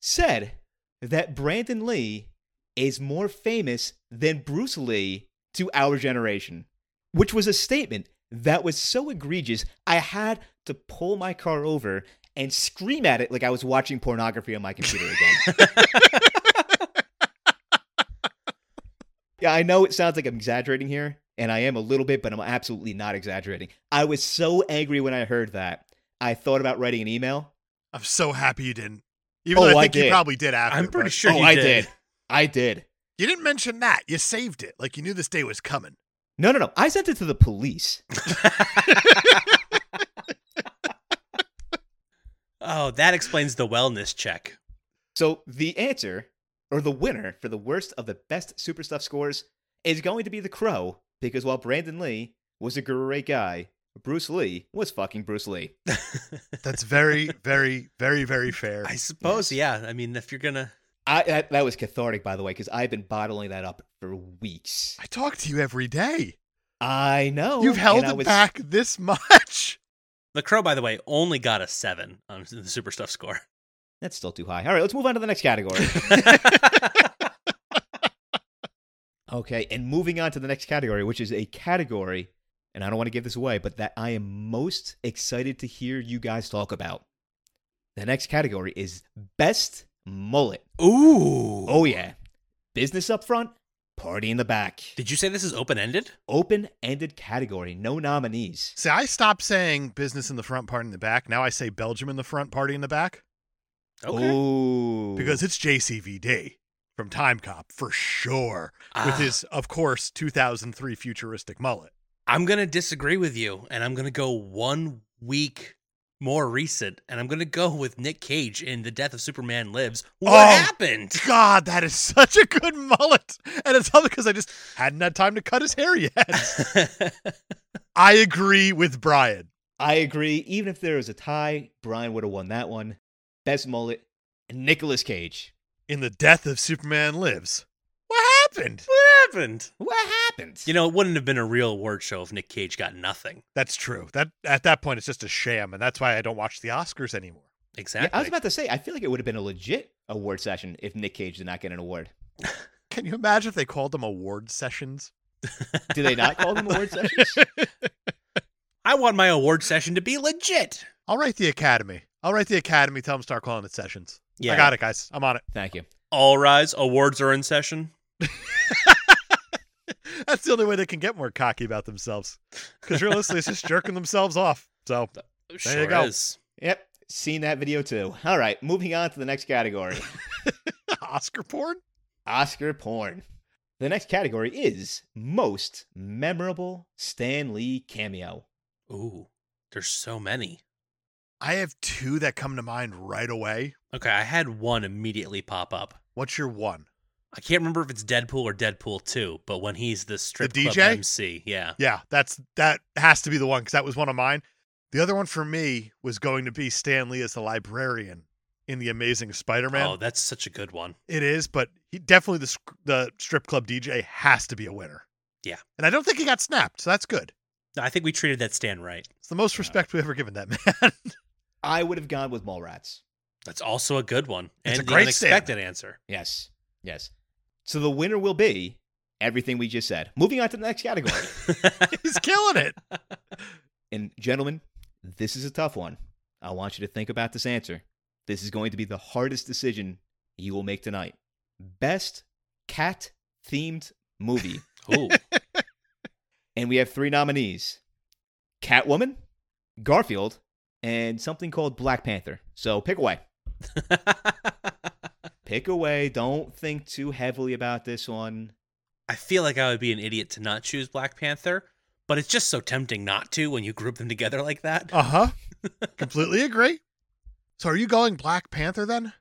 Speaker 3: said that Brandon Lee is more famous than Bruce Lee to our generation, which was a statement that was so egregious, I had to pull my car over and scream at it like I was watching pornography on my computer again. yeah, I know it sounds like I'm exaggerating here, and I am a little bit, but I'm absolutely not exaggerating. I was so angry when I heard that. I thought about writing an email.
Speaker 1: I'm so happy you didn't. Even
Speaker 3: Oh,
Speaker 1: though I
Speaker 3: I
Speaker 1: think you
Speaker 3: did.
Speaker 1: probably did after.
Speaker 2: I'm pretty
Speaker 1: but-
Speaker 2: sure
Speaker 3: oh,
Speaker 2: you
Speaker 3: I
Speaker 2: did.
Speaker 3: did. I did.
Speaker 1: You didn't mention that. You saved it. Like you knew this day was coming.
Speaker 3: No, no, no. I sent it to the police.
Speaker 2: Oh, that explains the wellness check.
Speaker 3: So the answer, or the winner for the worst of the best super stuff scores, is going to be the Crow, because while Brandon Lee was a great guy, Bruce Lee was fucking Bruce Lee.
Speaker 1: That's very, very, very, very fair.
Speaker 2: I suppose, yeah. I mean, if you're gonna,
Speaker 3: I, I that was cathartic, by the way, because I've been bottling that up for weeks.
Speaker 1: I talk to you every day.
Speaker 3: I know.
Speaker 1: You've held
Speaker 3: and I
Speaker 1: it
Speaker 3: was-
Speaker 1: back this much.
Speaker 2: The Crow, by the way, only got a seven on the Super Stuff score.
Speaker 3: That's still too high. All right, let's move on to the next category. okay, and moving on to the next category, which is a category, and I don't want to give this away, but that I am most excited to hear you guys talk about. The next category is best mullet.
Speaker 2: Ooh.
Speaker 3: Oh yeah. Business up front, party in the back.
Speaker 2: Did you say this is open ended?
Speaker 3: Open-ended category, no nominees.
Speaker 1: See, I stopped saying business in the front, party in the back. Now I say Belgium in the front, party in the back
Speaker 3: Oh,
Speaker 2: Okay.
Speaker 3: Ooh.
Speaker 1: because it's JCVD from Time Cop for sure.
Speaker 2: Ah.
Speaker 1: With his, of course, 2003 futuristic mullet.
Speaker 2: I'm going to disagree with you, and I'm going to go one week more recent, and I'm going to go with Nick Cage in The Death of Superman Lives. What
Speaker 1: Oh.
Speaker 2: happened?
Speaker 1: God, that is such a good mullet. And it's all because I just hadn't had time to cut his hair yet. I agree with Brian.
Speaker 3: I agree. Even if there was a tie, Brian would have won that one. Best mullet, Nicolas Cage.
Speaker 1: In the death of Superman lives. What happened?
Speaker 2: what happened?
Speaker 3: What happened?
Speaker 2: You know, it wouldn't have been a real award show if Nick Cage got nothing.
Speaker 1: That's true. That at that point it's just a sham, and that's why I don't watch the Oscars anymore.
Speaker 2: Exactly.
Speaker 3: I was about to say, I feel like it would have been a legit award session if Nick Cage did not get an award.
Speaker 1: Can you imagine if they called them award sessions?
Speaker 3: Do they not call them award sessions?
Speaker 2: I want my award session to be legit.
Speaker 1: I'll write the Academy. I'll write the Academy. Tell them to start calling it sessions.
Speaker 2: Yeah.
Speaker 1: I got it, guys. I'm on it.
Speaker 3: Thank you.
Speaker 2: All rise. Awards are in session.
Speaker 1: That's the only way they can get more cocky about themselves. Because realistically, it's just jerking themselves off. So
Speaker 2: Sure
Speaker 1: you go.
Speaker 2: is.
Speaker 3: Yep. Seen that video too. All right, moving on to the next category
Speaker 1: Oscar porn?
Speaker 3: Oscar porn. The next category is most memorable Stan Lee cameo.
Speaker 2: Ooh, there's so many.
Speaker 1: I have two that come to mind right away.
Speaker 2: Okay, I had one immediately pop up.
Speaker 1: What's your one?
Speaker 2: I can't remember if it's Deadpool or Deadpool 2, but when he's the strip
Speaker 1: The
Speaker 2: club
Speaker 1: DJ?
Speaker 2: MC, yeah.
Speaker 1: Yeah, that's that has to be the one because that was one of mine. The other one for me was going to be Stan Lee as the librarian in the Amazing Spider-Man.
Speaker 2: Oh, that's such a good one.
Speaker 1: It is, but he definitely the sc- the strip club DJ has to be a winner.
Speaker 2: Yeah.
Speaker 1: and I don't think he got snapped, so that's good.
Speaker 2: I think we treated that stand right.
Speaker 1: It's the most respect we've ever given that man.
Speaker 3: I would have gone with Mallrats.
Speaker 2: That's also a good one. And
Speaker 1: It's a
Speaker 2: the
Speaker 1: great
Speaker 2: unexpected answer.
Speaker 3: Yes. Yes. So the winner will be everything we just said. Moving on to the next category.
Speaker 1: He's killing it.
Speaker 3: And gentlemen, this is a tough one. I want you to think about this answer. This is going to be the hardest decision you will make tonight. Best cat themed movie.
Speaker 2: Ooh.
Speaker 3: and we have three nominees Catwoman, Garfield, and something called Black Panther. So pick away. Pick away. Don't think too heavily about this one.
Speaker 2: I feel like I would be an idiot to not choose Black Panther, but it's just so tempting not to when you group them together like that.
Speaker 1: Uh huh. Completely agree. So are you going Black Panther then?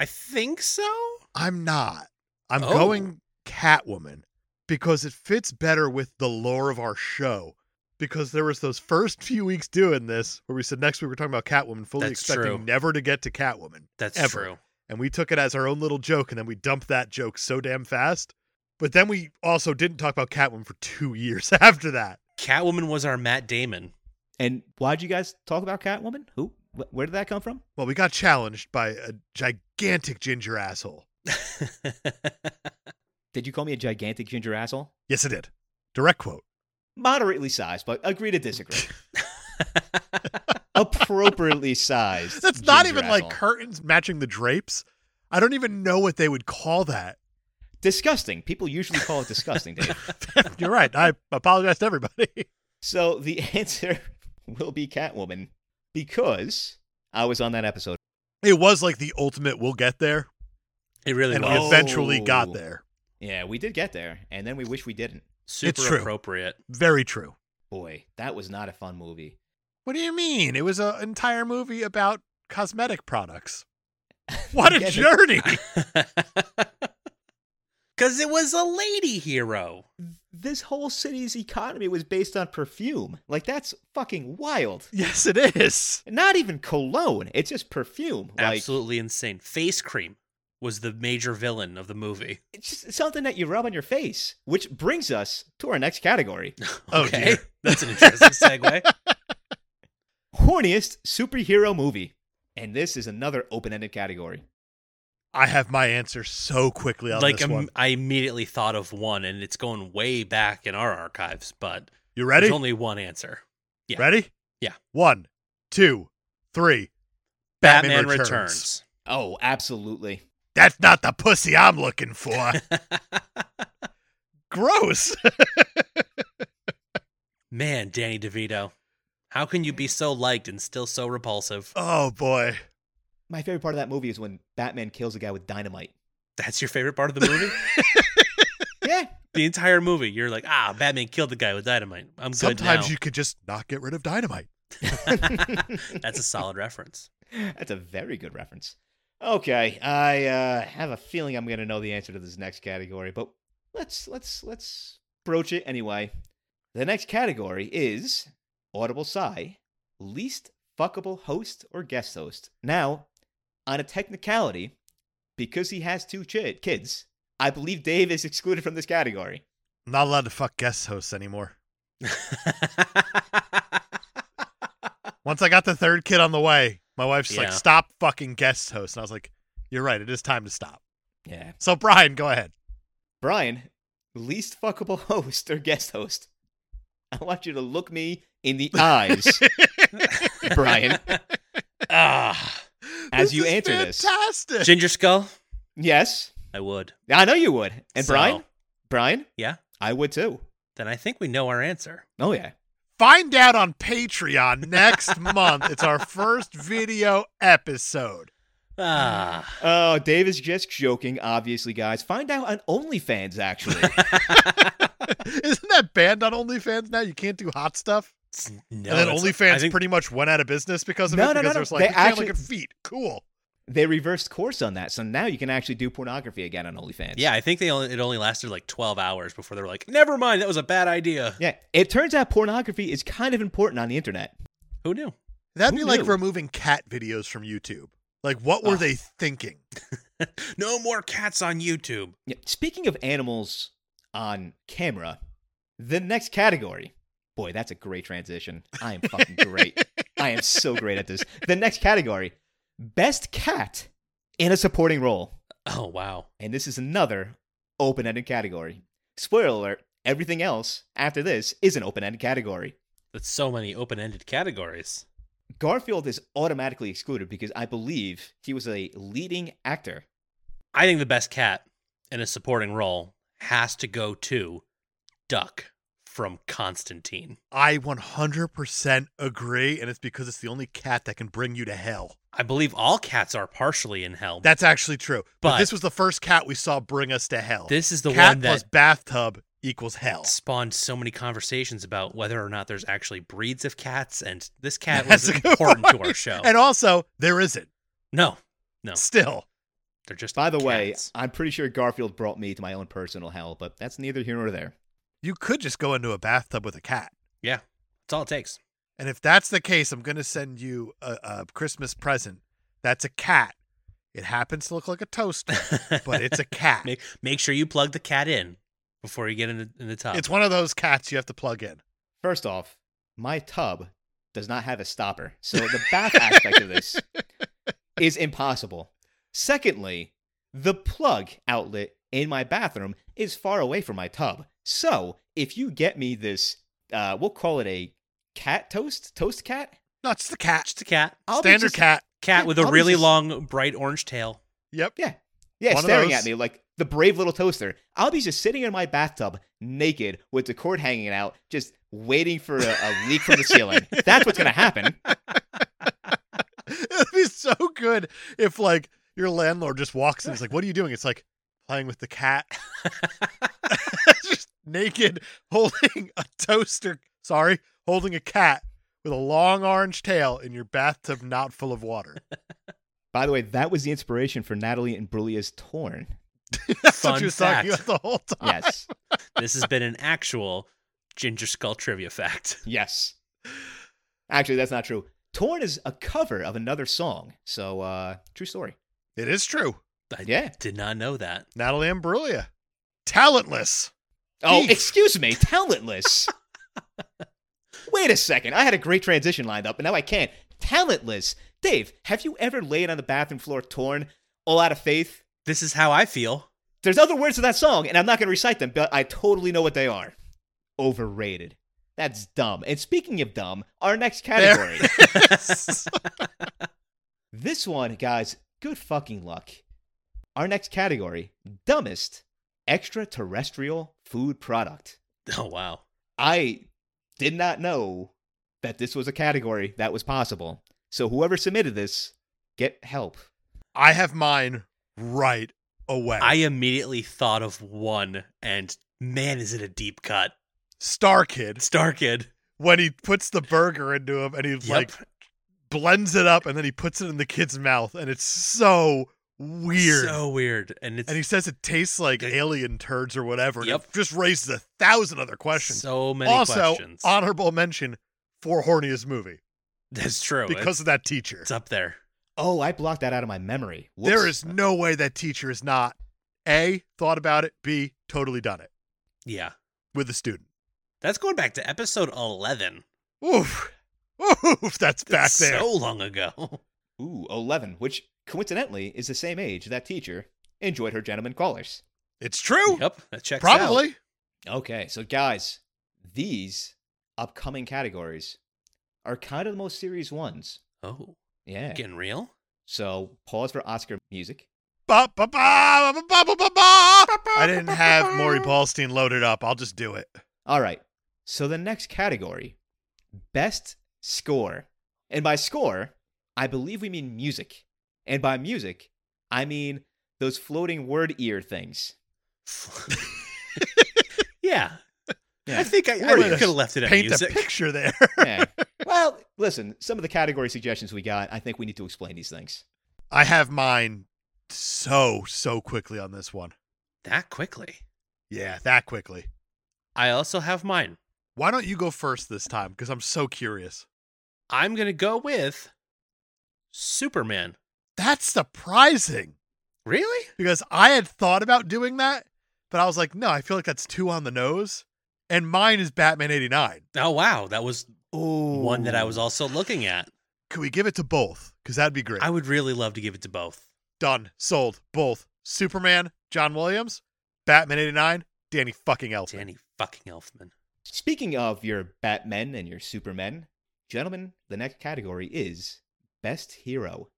Speaker 2: I think so.
Speaker 1: I'm not. I'm
Speaker 2: Oh.
Speaker 1: going Catwoman because it fits better with the lore of our show. Because there was those first few weeks doing this where we said next week we're talking about Catwoman, fully
Speaker 2: That's
Speaker 1: expecting
Speaker 2: true.
Speaker 1: never to get to Catwoman.
Speaker 2: That's
Speaker 1: Ever.
Speaker 2: true.
Speaker 1: and we took it as our own little joke and then we dumped that joke so damn fast but then we also didn't talk about catwoman for two years after that
Speaker 2: Catwoman was our Matt Damon.
Speaker 3: And why'd you guys talk about Catwoman? Who? Wh- Where did that come from?
Speaker 1: well we got challenged by a gigantic ginger asshole
Speaker 3: Did you call me a gigantic ginger asshole?
Speaker 1: yes it did direct quote
Speaker 3: moderately sized, but agree to disagree. Appropriately sized.
Speaker 1: that's not
Speaker 3: ginger
Speaker 1: even
Speaker 3: asshole.
Speaker 1: like curtains matching the drapes i don't even know what they would call that
Speaker 3: disgusting. People usually call it disgusting, Dave.
Speaker 1: you're right i apologize to everybody
Speaker 3: So the answer will be Catwoman because I was on that episode.
Speaker 1: it was like the ultimate we'll get there
Speaker 2: It really
Speaker 1: and
Speaker 2: was.
Speaker 1: we eventually
Speaker 3: Oh.
Speaker 1: got there
Speaker 3: Yeah, we did get there, and then we wish we didn't.
Speaker 2: Super
Speaker 1: It's true.
Speaker 2: appropriate.
Speaker 1: very true
Speaker 3: Boy, that was not a fun movie.
Speaker 1: What do you mean? It was an entire movie about cosmetic products. What a
Speaker 3: Yeah, but-
Speaker 1: journey!
Speaker 2: Because it was a lady hero.
Speaker 3: This whole city's economy was based on perfume. Like that's fucking wild.
Speaker 1: yes, it is.
Speaker 3: Not even cologne. It's just perfume. Like,
Speaker 2: Absolutely insane. Face cream. was the major villain of the movie.
Speaker 3: It's just something that you rub on your face, which brings us to our next category
Speaker 1: Oh, dear.
Speaker 2: That's an interesting segue.
Speaker 3: horniest superhero movie. And this is another open ended category.
Speaker 1: I have my answer so quickly on
Speaker 2: like um,
Speaker 1: this
Speaker 2: im-
Speaker 1: one.
Speaker 2: I immediately thought of one, and it's going way back in our archives, but
Speaker 1: You ready?
Speaker 2: there's only one answer. yeah.
Speaker 1: Ready?
Speaker 2: Yeah.
Speaker 1: One, two, three.
Speaker 2: Batman,
Speaker 1: Batman Returns.
Speaker 2: Returns.
Speaker 3: Oh, absolutely.
Speaker 1: That's not the pussy I'm looking for. Gross.
Speaker 2: Man, Danny DeVito, how can you be so liked and still so repulsive?
Speaker 1: oh boy.
Speaker 3: My favorite part of that movie is when Batman kills a guy with dynamite.
Speaker 2: That's your favorite part of the movie?
Speaker 3: Yeah.
Speaker 2: the entire movie, you're like, ah, Batman killed the guy with dynamite. I'm good
Speaker 1: Sometimes
Speaker 2: now.
Speaker 1: you could just not get rid of dynamite.
Speaker 2: That's a solid reference.
Speaker 3: That's a very good reference. Okay, I uh, have a feeling I'm going to know the answer to this next category, but let's let's let's broach it anyway. The next category is audible sigh, least fuckable host or guest host. Now, on a technicality, because he has two chid- kids, I believe Dave is excluded from this category.
Speaker 1: I'm not allowed to fuck guest hosts anymore. Once I got the third kid on the way, my wife's like,
Speaker 2: Yeah.
Speaker 1: stop fucking guest hosts. And I was like, you're right. It is time to stop.
Speaker 3: Yeah,
Speaker 1: So, Brian, go ahead.
Speaker 3: Brian, least fuckable host or guest host. I want you to look me in the eyes, Brian.
Speaker 2: ah,
Speaker 3: As
Speaker 1: This
Speaker 3: you
Speaker 1: is
Speaker 3: answer this.
Speaker 1: fantastic.
Speaker 2: Ginger Skull?
Speaker 3: Yes,
Speaker 2: I would.
Speaker 3: I know you would. And
Speaker 2: So-
Speaker 3: Brian, Brian,
Speaker 2: Yeah?
Speaker 3: I would too.
Speaker 2: Then I think we know our answer.
Speaker 3: Oh yeah,
Speaker 1: Find out on Patreon next month. It's our first video episode.
Speaker 2: Ah.
Speaker 3: oh Dave is just joking, obviously, guys. Find out on OnlyFans actually.
Speaker 1: Isn't that banned on OnFans now? You can't do hot stuff.
Speaker 2: it's- no,
Speaker 1: and then
Speaker 2: it's-
Speaker 1: OnlyFans
Speaker 2: I think-
Speaker 1: pretty much went out of business because of
Speaker 3: No,
Speaker 1: it.
Speaker 3: no, no,
Speaker 1: Because
Speaker 3: no.
Speaker 1: there's like
Speaker 3: They
Speaker 1: you can't
Speaker 3: actually-
Speaker 1: look at feet. Cool.
Speaker 3: they reversed course on that, so now you can actually do pornography again on OnlyFans.
Speaker 2: Yeah, I think they only, it only lasted like 12 hours before they were like, never mind, that was a bad idea.
Speaker 3: yeah. It turns out pornography is kind of important on the internet.
Speaker 2: Who knew?
Speaker 1: That'd
Speaker 3: Who
Speaker 1: be like
Speaker 3: knew?
Speaker 1: removing cat videos from YouTube. Like, what were
Speaker 3: Ugh.
Speaker 1: they thinking?
Speaker 2: No more cats on YouTube.
Speaker 3: Yeah, Speaking of animals on camera, the next category. Boy, that's a great transition. I am fucking great. I am so great at this. The next category Best Cat in a Supporting Role.
Speaker 2: Oh, wow.
Speaker 3: And this is another open ended category. Spoiler alert everything else after this is an open ended category.
Speaker 2: That's so many open ended categories.
Speaker 3: Garfield is automatically excluded because I believe he was a leading actor.
Speaker 2: I think the best cat in a supporting role has to go to Duck from Constantine.
Speaker 1: I 100% agree, and it's because it's the only cat that can bring you to hell.
Speaker 2: I believe all cats are partially in hell.
Speaker 1: That's actually true. But,
Speaker 2: But-
Speaker 1: this was the first cat we saw bring us to hell.
Speaker 2: this is the
Speaker 1: cat
Speaker 2: one
Speaker 1: plus
Speaker 2: that
Speaker 1: bathtub equals hell.
Speaker 2: spawned so many conversations about whether or not there's actually breeds of cats, and this cat
Speaker 1: That's
Speaker 2: was
Speaker 1: a good
Speaker 2: important to
Speaker 1: one.
Speaker 2: our show.
Speaker 1: And also, there isn't.
Speaker 2: no, no,
Speaker 1: Still.
Speaker 2: they're just.
Speaker 3: By the way,
Speaker 2: cats.
Speaker 3: I'm pretty sure Garfield brought me to my own personal hell, but that's neither here nor there.
Speaker 1: You could just go into a bathtub with a cat.
Speaker 2: yeah, that's all it takes.
Speaker 1: And if that's the case, I'm going to send you a, a Christmas present. That's a cat. It happens to look like a toaster, but it's a cat.
Speaker 2: make make sure you plug the cat in before you get in the, in the tub.
Speaker 1: It's one of those cats you have to plug in.
Speaker 3: First off, my tub does not have a stopper, so the bath aspect of this is impossible. Secondly, the plug outlet in my bathroom is far away from my tub. So if you get me this, uh, we'll call it a cat toast, toast cat,
Speaker 1: No, it's the cat.
Speaker 2: Just a cat,
Speaker 3: I'll be
Speaker 1: Standard
Speaker 3: just-
Speaker 1: cat.
Speaker 2: cat
Speaker 3: Yeah,
Speaker 2: with a
Speaker 3: I'll be
Speaker 2: really
Speaker 3: just-
Speaker 2: long, bright orange tail.
Speaker 1: Yep.
Speaker 3: Yeah. Yeah,
Speaker 1: One of
Speaker 3: staring
Speaker 1: those.
Speaker 3: at me like the brave little toaster. I'll be just sitting in my bathtub, naked, with the cord hanging out, just waiting for a, a leak from the ceiling. That's what's gonna happen.
Speaker 1: It'd be so good if like your landlord just walks in. It's like, what are you doing? It's like playing with the cat. just naked, holding a toaster. Sorry, holding a cat with a long orange tail in your bathtub not full of water.
Speaker 3: By the way, that was the inspiration for Natalie and Brulia's Torn.
Speaker 1: That's what
Speaker 2: Fun
Speaker 1: she was talking
Speaker 2: fact.
Speaker 1: about the whole time.
Speaker 3: Yes.
Speaker 2: This has been an actual Ginger Skull trivia fact.
Speaker 3: yes. Actually, that's not true. Torn is a cover of another song. So, uh, true story.
Speaker 1: It is true.
Speaker 2: I
Speaker 3: Yeah.
Speaker 2: did not know that.
Speaker 1: Natalie Imbruglia. Talentless.
Speaker 3: Oh,
Speaker 1: Thief.
Speaker 3: excuse me, talentless. Wait a second. I had a great transition lined up, but now I can't. Talentless. Dave, have you ever laid on the bathroom floor torn, all out of faith?
Speaker 2: This is how I feel.
Speaker 3: There's other words to that song, and I'm not going to recite them, but I totally know what they are. Overrated. That's dumb. And speaking of dumb, our next category. This one, guys, good fucking luck. Our next category dumbest extraterrestrial food product.
Speaker 2: Oh wow.
Speaker 3: I did not know that this was a category that was possible. So whoever submitted this, get help.
Speaker 1: I have mine right away.
Speaker 2: I immediately thought of one, and man, is it a deep cut.
Speaker 1: Star Kid
Speaker 2: Star Kid.
Speaker 1: when he puts the burger into him and he like
Speaker 2: Yep.
Speaker 1: blends it up and then he puts it in the kid's mouth and it's so weird.
Speaker 2: So weird. And it's
Speaker 1: and he says it tastes like
Speaker 2: It-
Speaker 1: alien turds or whatever. and it
Speaker 2: Yep.
Speaker 1: just raises a thousand other questions.
Speaker 2: so many
Speaker 1: also,
Speaker 2: questions.
Speaker 1: honorable mention for horniest movie
Speaker 2: That's true.
Speaker 1: because of that teacher.
Speaker 2: it's up there.
Speaker 3: Oh, I blocked that out of my memory. Whoops.
Speaker 1: There is no way that teacher is not A, thought about it, B, totally done it
Speaker 2: Yeah.
Speaker 1: with the student.
Speaker 2: That's going back to episode 11.
Speaker 1: Oof. Oof, that's back
Speaker 2: That's
Speaker 1: there.
Speaker 2: So long ago.
Speaker 3: Ooh, 11, which coincidentally is the same age that teacher enjoyed her gentleman callers.
Speaker 1: It's true.
Speaker 2: Yep. That checks out.
Speaker 1: Probably.
Speaker 3: Okay, so guys, these upcoming categories are kind of the most serious ones.
Speaker 2: Oh,
Speaker 3: Yeah.
Speaker 2: getting real?
Speaker 3: So pause for Oscar music.
Speaker 1: Ba, ba, ba, ba, ba, ba, ba, ba. I didn't have Maury Ballstein loaded up. I'll just do it.
Speaker 3: All right. So the next category, best score. And by score, I believe we mean music. And by music, I mean those floating word ear things.
Speaker 2: yeah.
Speaker 3: Yeah.
Speaker 2: I think I, I
Speaker 1: Or
Speaker 2: could
Speaker 1: just
Speaker 2: have left it at
Speaker 1: Paint
Speaker 2: music.
Speaker 1: a picture there.
Speaker 3: Yeah. Well, listen, some of the category suggestions we got, I think we need to explain these things.
Speaker 1: I have mine so, so quickly on this one.
Speaker 2: that quickly.
Speaker 1: Yeah, that quickly.
Speaker 2: I also have mine.
Speaker 1: Why don't you go first this time? Because I'm so curious.
Speaker 2: I'm going to go with Superman.
Speaker 1: That's surprising.
Speaker 2: Really?
Speaker 1: because I had thought about doing that, but I was like, no, I feel like that's too on the nose. And mine is Batman 89.
Speaker 2: Oh, wow. That was
Speaker 3: Oh,
Speaker 2: one that I was also looking at.
Speaker 1: Could we give it to both? Because that'd be great.
Speaker 2: I would really love to give it to both.
Speaker 1: Done. Sold. Both. Superman, John Williams, Batman 89, Danny fucking Elfman.
Speaker 2: Danny fucking Elfman.
Speaker 3: Speaking of your Batmen and your Supermen, gentlemen, the next category is best hero.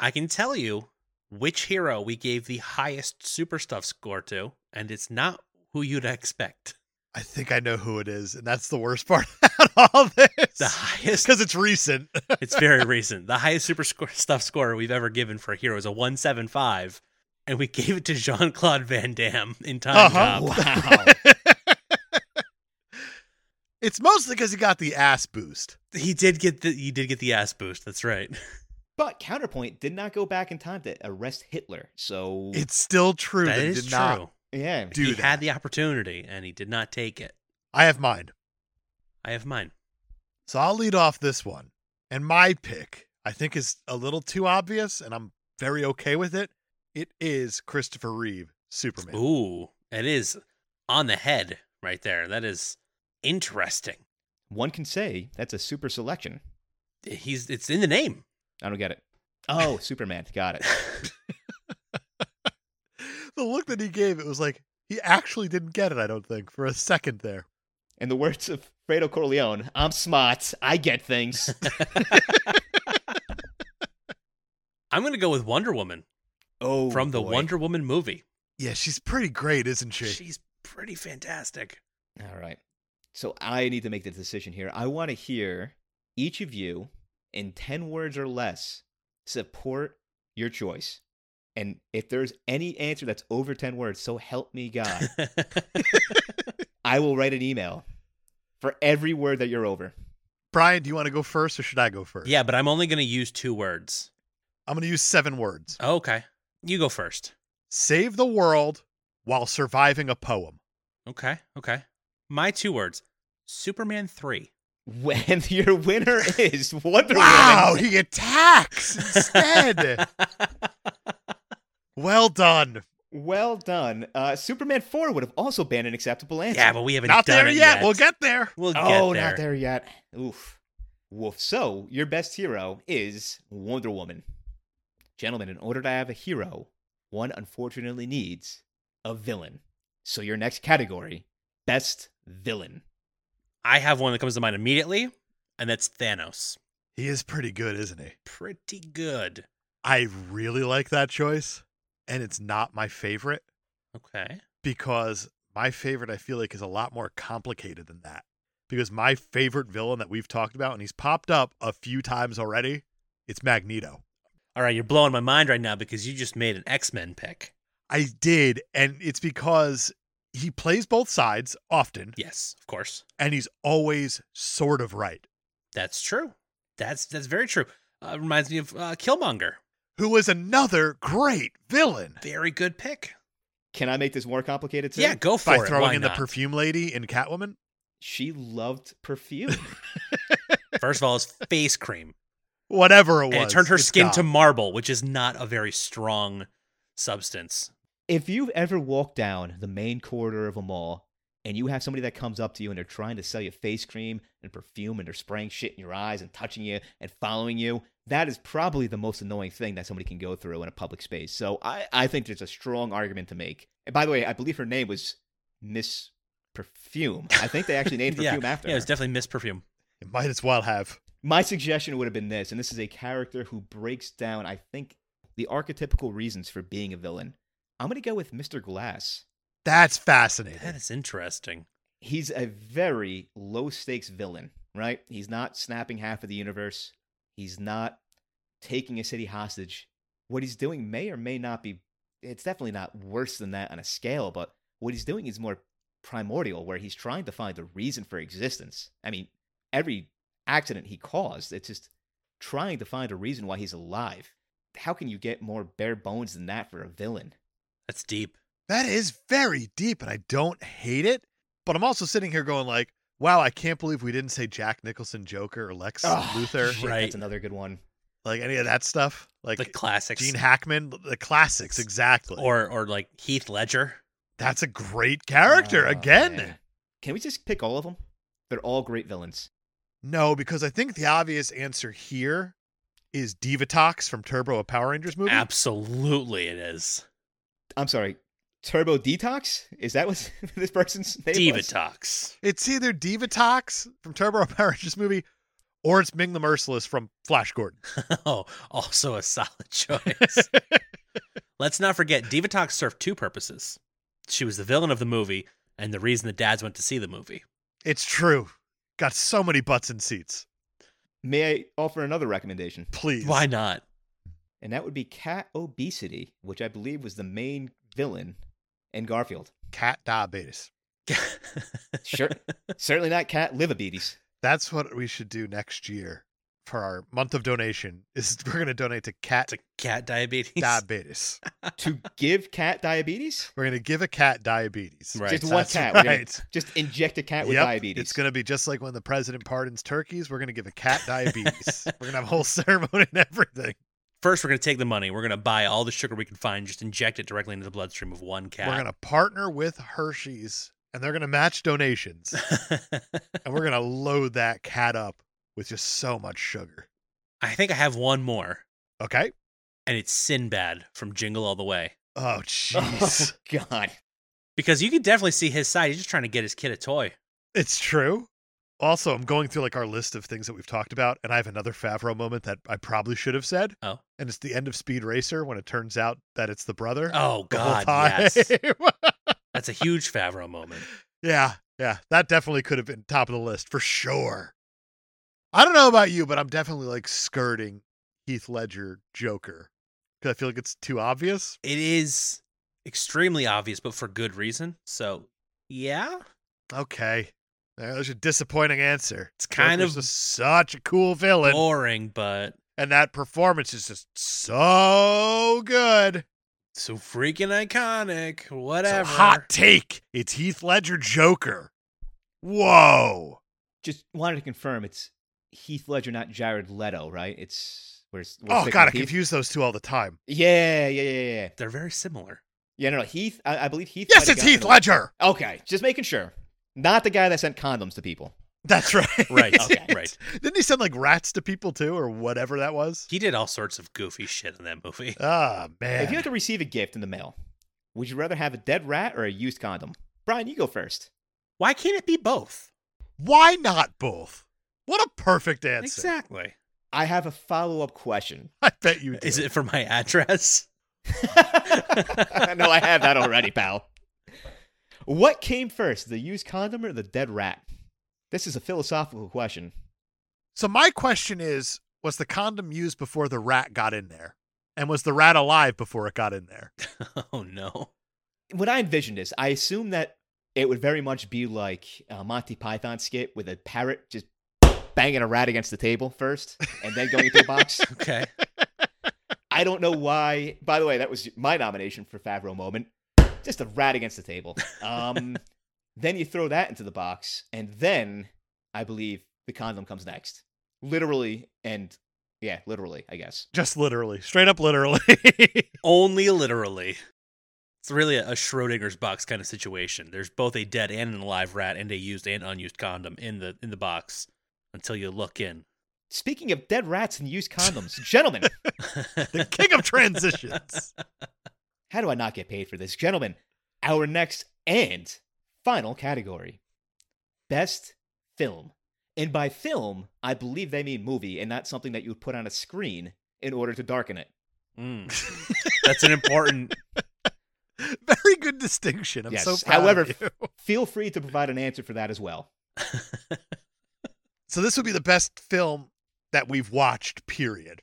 Speaker 2: I can tell you which hero we gave the highest super stuff score to, and it's not who you'd expect.
Speaker 1: I think I know who it is. And that's the worst part about all this.
Speaker 2: The highest Uh,
Speaker 1: Because it's recent.
Speaker 2: It's very recent. The highest super score, stuff score we've ever given for a hero is a 175, and we gave it to Jean Claude Van Damme in Time
Speaker 1: Uh-huh.
Speaker 2: Cop.
Speaker 3: Wow.
Speaker 1: it's mostly because he got the ass boost.
Speaker 2: He did get the he did get the ass boost. That's right.
Speaker 3: But Counterpoint did not go back in time to arrest Hitler. So
Speaker 1: It's still true that,
Speaker 2: that
Speaker 1: he
Speaker 2: is
Speaker 1: did
Speaker 2: true.
Speaker 1: not
Speaker 3: yeah,
Speaker 1: do
Speaker 2: he
Speaker 1: that.
Speaker 2: had the opportunity and he did not take it.
Speaker 1: I have mine.
Speaker 2: I have mine.
Speaker 1: So I'll lead off this one. And my pick, I think, is a little too obvious, and I'm very okay with it. It is Christopher Reeve, Superman.
Speaker 2: Ooh, it is on the head right there. That is interesting.
Speaker 3: one can say that's a super selection.
Speaker 2: He's it's in the name.
Speaker 3: I don't get it. Oh, Superman, got it.
Speaker 1: The look that he gave, it was like he actually didn't get it, I don't think, for a second there.
Speaker 3: In the words of Fredo Corleone, I'm smart. I get things.
Speaker 2: I'm gonna go with Wonder Woman
Speaker 3: Oh,
Speaker 2: from the
Speaker 3: boy.
Speaker 2: Wonder Woman movie.
Speaker 1: Yeah, she's pretty great, isn't she?
Speaker 2: She's pretty fantastic.
Speaker 3: All right. So I need to make the decision here. I want to hear each of you in 10 words or less support your choice. And if there's any answer that's over 10 words, so help me God, I will write an email for every word that you're over.
Speaker 1: Brian, do you want to go first or should I go first?
Speaker 2: Yeah, but I'm only going to use two words.
Speaker 1: I'm going to use seven words
Speaker 2: Oh, Okay. You go first.
Speaker 1: Save the world while surviving a poem.
Speaker 2: Okay. Okay. My two words Superman 3.
Speaker 3: When your winner is Wonder
Speaker 1: Wow,
Speaker 3: Woman.
Speaker 1: he attacks instead. Well done.
Speaker 3: Well done. Uh, Superman 4 would have also been an acceptable answer.
Speaker 2: Yeah, but we haven't
Speaker 1: Not
Speaker 2: done
Speaker 1: there
Speaker 2: it
Speaker 1: yet. We'll get there.
Speaker 2: We'll get
Speaker 3: oh,
Speaker 2: there.
Speaker 3: not there yet. Oof. Woof. So, your best hero is Wonder Woman. Gentlemen, in order to have a hero, one unfortunately needs a villain. So, your next category best villain.
Speaker 2: I have one that comes to mind immediately, and that's Thanos.
Speaker 1: He is pretty good, isn't he?
Speaker 2: Pretty good.
Speaker 1: I really like that choice, and it's not my favorite
Speaker 2: Okay.
Speaker 1: because my favorite I feel like is a lot more complicated than that. Because my favorite villain that we've talked about, and he's popped up a few times already, it's Magneto.
Speaker 2: All right, you're blowing my mind right now because you just made an X Men pick.
Speaker 1: I did, and it's because he plays both sides often,
Speaker 2: Yes, of course.
Speaker 1: and he's always sort of right.
Speaker 2: That's true. That's that's very true. Uh, reminds me of uh, Killmonger.
Speaker 1: Who is another great villain
Speaker 2: Very good pick.
Speaker 3: Can I make this more complicated too?
Speaker 2: Yeah, go for
Speaker 1: by
Speaker 2: it.
Speaker 1: throwing
Speaker 2: Why
Speaker 1: in
Speaker 2: not?
Speaker 1: the perfume lady in Catwoman?
Speaker 3: She loved perfume.
Speaker 2: First of all, it's face cream,
Speaker 1: Whatever it was,
Speaker 2: and it turned her
Speaker 1: it's
Speaker 2: skin to
Speaker 1: gone.
Speaker 2: marble, which is not a very strong substance.
Speaker 3: if you've ever walked down the main corridor of a mall and you have somebody that comes up to you and they're trying to sell you face cream and perfume and they're spraying shit in your eyes and touching you and following you, that is probably the most annoying thing that somebody can go through in a public space. So I, I think there's a strong argument to make. And by the way, I believe her name was Miss Perfume. I think they actually named
Speaker 2: yeah,
Speaker 3: perfume after
Speaker 2: yeah,
Speaker 3: her.
Speaker 2: it's definitely Miss Perfume.
Speaker 1: It might as well have.
Speaker 3: My suggestion would have been this, and this is a character who breaks down, I think, the archetypical reasons for being a villain. I'm going to go with Mr. Glass.
Speaker 1: That's fascinating.
Speaker 2: That is interesting.
Speaker 3: he's a very low stakes villain, right? He's not snapping half of the universe. He's not taking a city hostage. What he's doing may or may not be, it's definitely not worse than that on a scale, but what he's doing is more primordial, where he's trying to find a reason for existence. I mean, every accident he caused, it's just trying to find a reason why he's alive. How can you get more bare bones than that for a villain?
Speaker 2: That's deep.
Speaker 1: That is very deep, and I don't hate it. But I'm also sitting here going like, wow, I can't believe we didn't say Jack Nicholson Joker or Lex
Speaker 3: Ah,
Speaker 1: Luthor,
Speaker 3: shit,
Speaker 2: Right.
Speaker 3: That's another good one.
Speaker 1: like any of that stuff. Like
Speaker 2: the classics,
Speaker 1: Gene Hackman, the classics, exactly.
Speaker 2: or or like Heath Ledger.
Speaker 1: that's a great character
Speaker 3: Oh,
Speaker 1: again.
Speaker 3: man. Can we just pick all of them? They're all great villains.
Speaker 1: No, because I think the obvious answer here is Divatox from Turbo, a Power Rangers movie.
Speaker 2: Absolutely, it is.
Speaker 3: I'm sorry, Turbo Detox? Is that what this person's name was?
Speaker 2: Divatox.
Speaker 1: It's either Divatox from Turbo, a Power Rangers movie, or it's Ming the Merciless from Flash Gordon.
Speaker 2: oh, also a solid choice. Let's not forget, Divatox served two purposes. She was the villain of the movie, and the reason the dads went to see the movie.
Speaker 1: It's true. Got so many butts in seats.
Speaker 3: May I offer another recommendation?
Speaker 1: Please.
Speaker 2: Why not?
Speaker 3: And that would be Cat Obesity, which I believe was the main villain in Garfield.
Speaker 1: cat diabetes.
Speaker 3: Sure. Certainly not Cat Livabetes.
Speaker 1: That's what we should do next year for our month of donation. Is we're gonna donate to cat
Speaker 2: It's a cat diabetes.
Speaker 1: diabetes.
Speaker 3: to give cat diabetes?
Speaker 1: We're gonna give a cat diabetes.
Speaker 2: Right.
Speaker 3: Just one
Speaker 1: That's
Speaker 3: cat. We're gonna
Speaker 1: right.
Speaker 3: just inject a cat with
Speaker 1: Yep.
Speaker 3: diabetes.
Speaker 1: It's gonna be just like when the president pardons turkeys. We're gonna give a cat diabetes. we're gonna have a whole ceremony and everything.
Speaker 2: First, we're going to take the money. We're going to buy all the sugar we can find, just inject it directly into the bloodstream of one cat.
Speaker 1: We're gonna partner with Hershey's and they're gonna match donations. and we're gonna load that cat up with just so much sugar.
Speaker 2: I think I have one more,
Speaker 1: Okay.
Speaker 2: and it's Sinbad from Jingle All the Way.
Speaker 1: Oh jeez.
Speaker 3: Oh, God.
Speaker 2: Because you can definitely see his side. He's just trying to get his kid a toy.
Speaker 1: It's true. Also, I'm going through like our list of things that we've talked about, and I have another Favreau moment that I probably should have said.
Speaker 2: Oh.
Speaker 1: And it's the end of Speed Racer when it turns out that it's the brother.
Speaker 2: Oh,
Speaker 1: the whole
Speaker 2: God.
Speaker 1: time.
Speaker 2: Yes. That's a huge Favreau moment.
Speaker 1: yeah, yeah. That definitely could have been top of the list for sure. I don't know about you, but I'm definitely like skirting Heath Ledger Joker because I feel like it's too obvious.
Speaker 2: It is extremely obvious, but for good reason. So, yeah,
Speaker 1: Okay. There's a disappointing answer.
Speaker 2: It's kind
Speaker 1: Joker's
Speaker 2: of
Speaker 1: just such a cool villain.
Speaker 2: boring, but
Speaker 1: and that performance is just so good.
Speaker 2: so freaking iconic.
Speaker 1: So
Speaker 2: Whatever.
Speaker 1: hot take. It's Heath Ledger Joker. Whoa.
Speaker 3: Just wanted to confirm it's Heath Ledger, not Jared Leto, right? It's We're, s- we're
Speaker 1: Oh
Speaker 3: sticking
Speaker 1: god, I
Speaker 3: with Heath.
Speaker 1: confuse those two all the time.
Speaker 3: Yeah, yeah, yeah, yeah.
Speaker 2: They're very similar.
Speaker 3: Yeah, no, no. Heath, I, I believe Heath. might
Speaker 1: Yes,
Speaker 3: have
Speaker 1: it's
Speaker 3: gotten
Speaker 1: Heath
Speaker 3: it.
Speaker 1: Ledger.
Speaker 3: Okay, just making sure. Not the guy that sent condoms to people.
Speaker 1: That's right.
Speaker 2: Right, okay, right.
Speaker 1: Didn't he send like rats to people too, or whatever that was?
Speaker 2: He did all sorts of goofy shit in that movie.
Speaker 1: Ah man.
Speaker 3: If you had to receive a gift in the mail, would you rather have a dead rat or a used condom? Brian, you go first.
Speaker 2: Why can't it be both?
Speaker 1: Why not both? What a perfect answer.
Speaker 2: Exactly.
Speaker 3: I have a follow up question.
Speaker 1: I bet you do.
Speaker 2: Is it for my address?
Speaker 3: no, I have that already, pal. What came first, the used condom or the dead rat? This is a philosophical question.
Speaker 1: So my question is, was the condom used before the rat got in there? And was the rat alive before it got in there?
Speaker 2: Oh no.
Speaker 3: When I envisioned this, I assumed that it would very much be like a Monty Python skit with a parrot just banging a rat against the table first and then going into a box.
Speaker 2: Okay.
Speaker 3: I don't know why. By the way, that was my nomination for Favreau moment. Just a rat against the table. Um, then you throw that into the box, and then I believe the condom comes next. Literally, and yeah, literally, I guess.
Speaker 1: Just literally, straight up literally.
Speaker 2: Only literally. It's really a, a Schrodinger's box kind of situation. There's both a dead and an alive rat and a used and unused condom in the in the box until you look in.
Speaker 3: Speaking of dead rats and used condoms, gentlemen,
Speaker 1: the king of transitions.
Speaker 3: how do I not get paid for this? Gentlemen, our next and final category Best Film. And by film, I believe they mean movie and not something that you would put on a screen in order to darken it.
Speaker 2: Mm. That's an important
Speaker 1: Very good distinction. I'm so
Speaker 3: Yes,
Speaker 1: proud
Speaker 3: however-
Speaker 1: of you.
Speaker 3: Feel free to provide an answer for that as well.
Speaker 1: So this would be the best film that we've watched, period.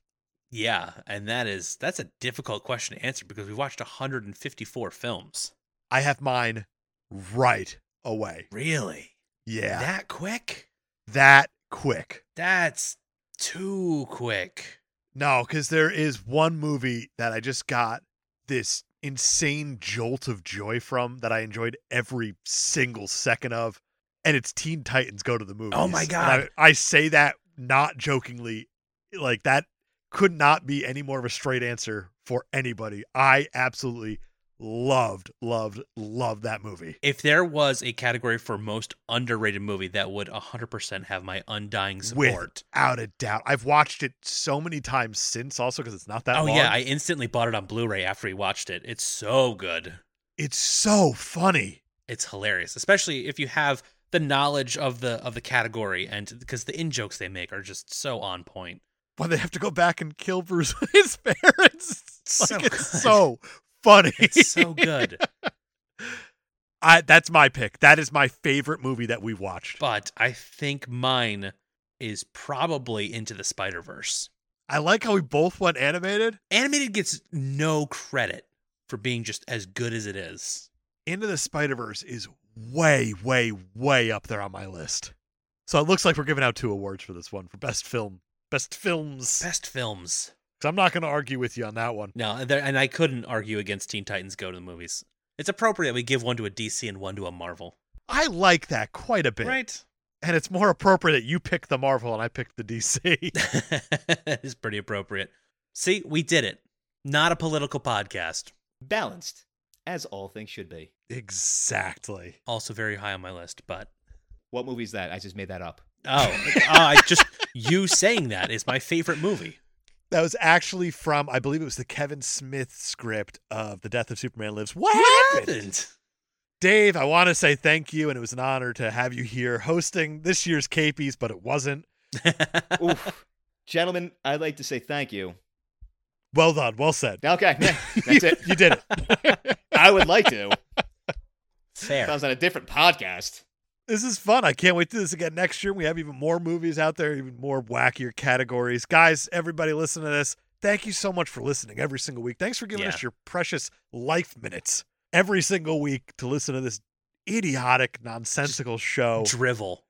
Speaker 2: Yeah, and that is that's a difficult question to answer because we watched 154 films.
Speaker 1: I have mine right away.
Speaker 2: Really?
Speaker 1: Yeah.
Speaker 2: That quick?
Speaker 1: that quick.
Speaker 2: That's too quick.
Speaker 1: No, because there is one movie that I just got this insane jolt of joy from that I enjoyed every single second of, and it's Teen Titans Go to the Movies.
Speaker 2: Oh my
Speaker 1: And
Speaker 2: God.
Speaker 1: I, I say that not jokingly, like that could not be any more of a straight answer for anybody. I absolutely loved, loved, loved that movie.
Speaker 2: If there was a category for most underrated movie, that would 100% have my undying support.
Speaker 1: Without a doubt, I've watched it so many times since, also because it's not that
Speaker 2: oh
Speaker 1: long.
Speaker 2: yeah, I instantly bought it on Blu-ray after we watched it. It's so good.
Speaker 1: it's so funny.
Speaker 2: It's hilarious, especially if you have the knowledge of the of the category and because the in-jokes they make are just so on point.
Speaker 1: when they have to go back and kill Bruce Wayne's parents.
Speaker 2: So
Speaker 1: like, it's
Speaker 2: good.
Speaker 1: so funny.
Speaker 2: It's so good.
Speaker 1: I, that's my pick. That is my favorite movie that we've watched.
Speaker 2: but I think mine is probably Into the Spider Verse.
Speaker 1: I like how we both went animated.
Speaker 2: Animated gets no credit for being just as good as it is.
Speaker 1: Into the Spider Verse is way, way, way up there on my list. So it looks like we're giving out two awards for this one for best film, best films.
Speaker 2: Best films.
Speaker 1: 'Cause I'm not going to argue with you on that one.
Speaker 2: No, there, and I couldn't argue against Teen Titans Go to the movies. It's appropriate we give one to a DC and one to a Marvel,
Speaker 1: I like that quite a bit,
Speaker 2: right?
Speaker 1: and it's more appropriate that you pick the Marvel and I pick the DC.
Speaker 2: that is pretty appropriate. See, we did it. Not a political podcast.
Speaker 3: Balanced, as all things should be.
Speaker 1: exactly.
Speaker 2: Also very high on my list, but
Speaker 3: What movie is that? I just made that up.
Speaker 2: oh, I just you saying that is my favorite movie.
Speaker 1: That was actually from, I believe it was the Kevin Smith script of The Death of Superman Lives. What, happened? Dave, I want to say thank you, and it was an honor to have you here hosting this year's Capies, but it wasn't.
Speaker 3: Oof. Gentlemen, I'd like to say thank you.
Speaker 1: Well done. Well said.
Speaker 3: Okay, yeah, that's it.
Speaker 1: You did it.
Speaker 3: I would like to.
Speaker 2: Fair.
Speaker 3: Sounds on a different podcast.
Speaker 1: This is fun. I can't wait to do this again next year. We have even more movies out there, even more wackier categories. Guys, everybody listen to this. Thank you so much for listening every single week. Thanks for giving
Speaker 2: Yeah.
Speaker 1: us your precious life minutes every single week to listen to this idiotic, nonsensical show.
Speaker 2: drivel.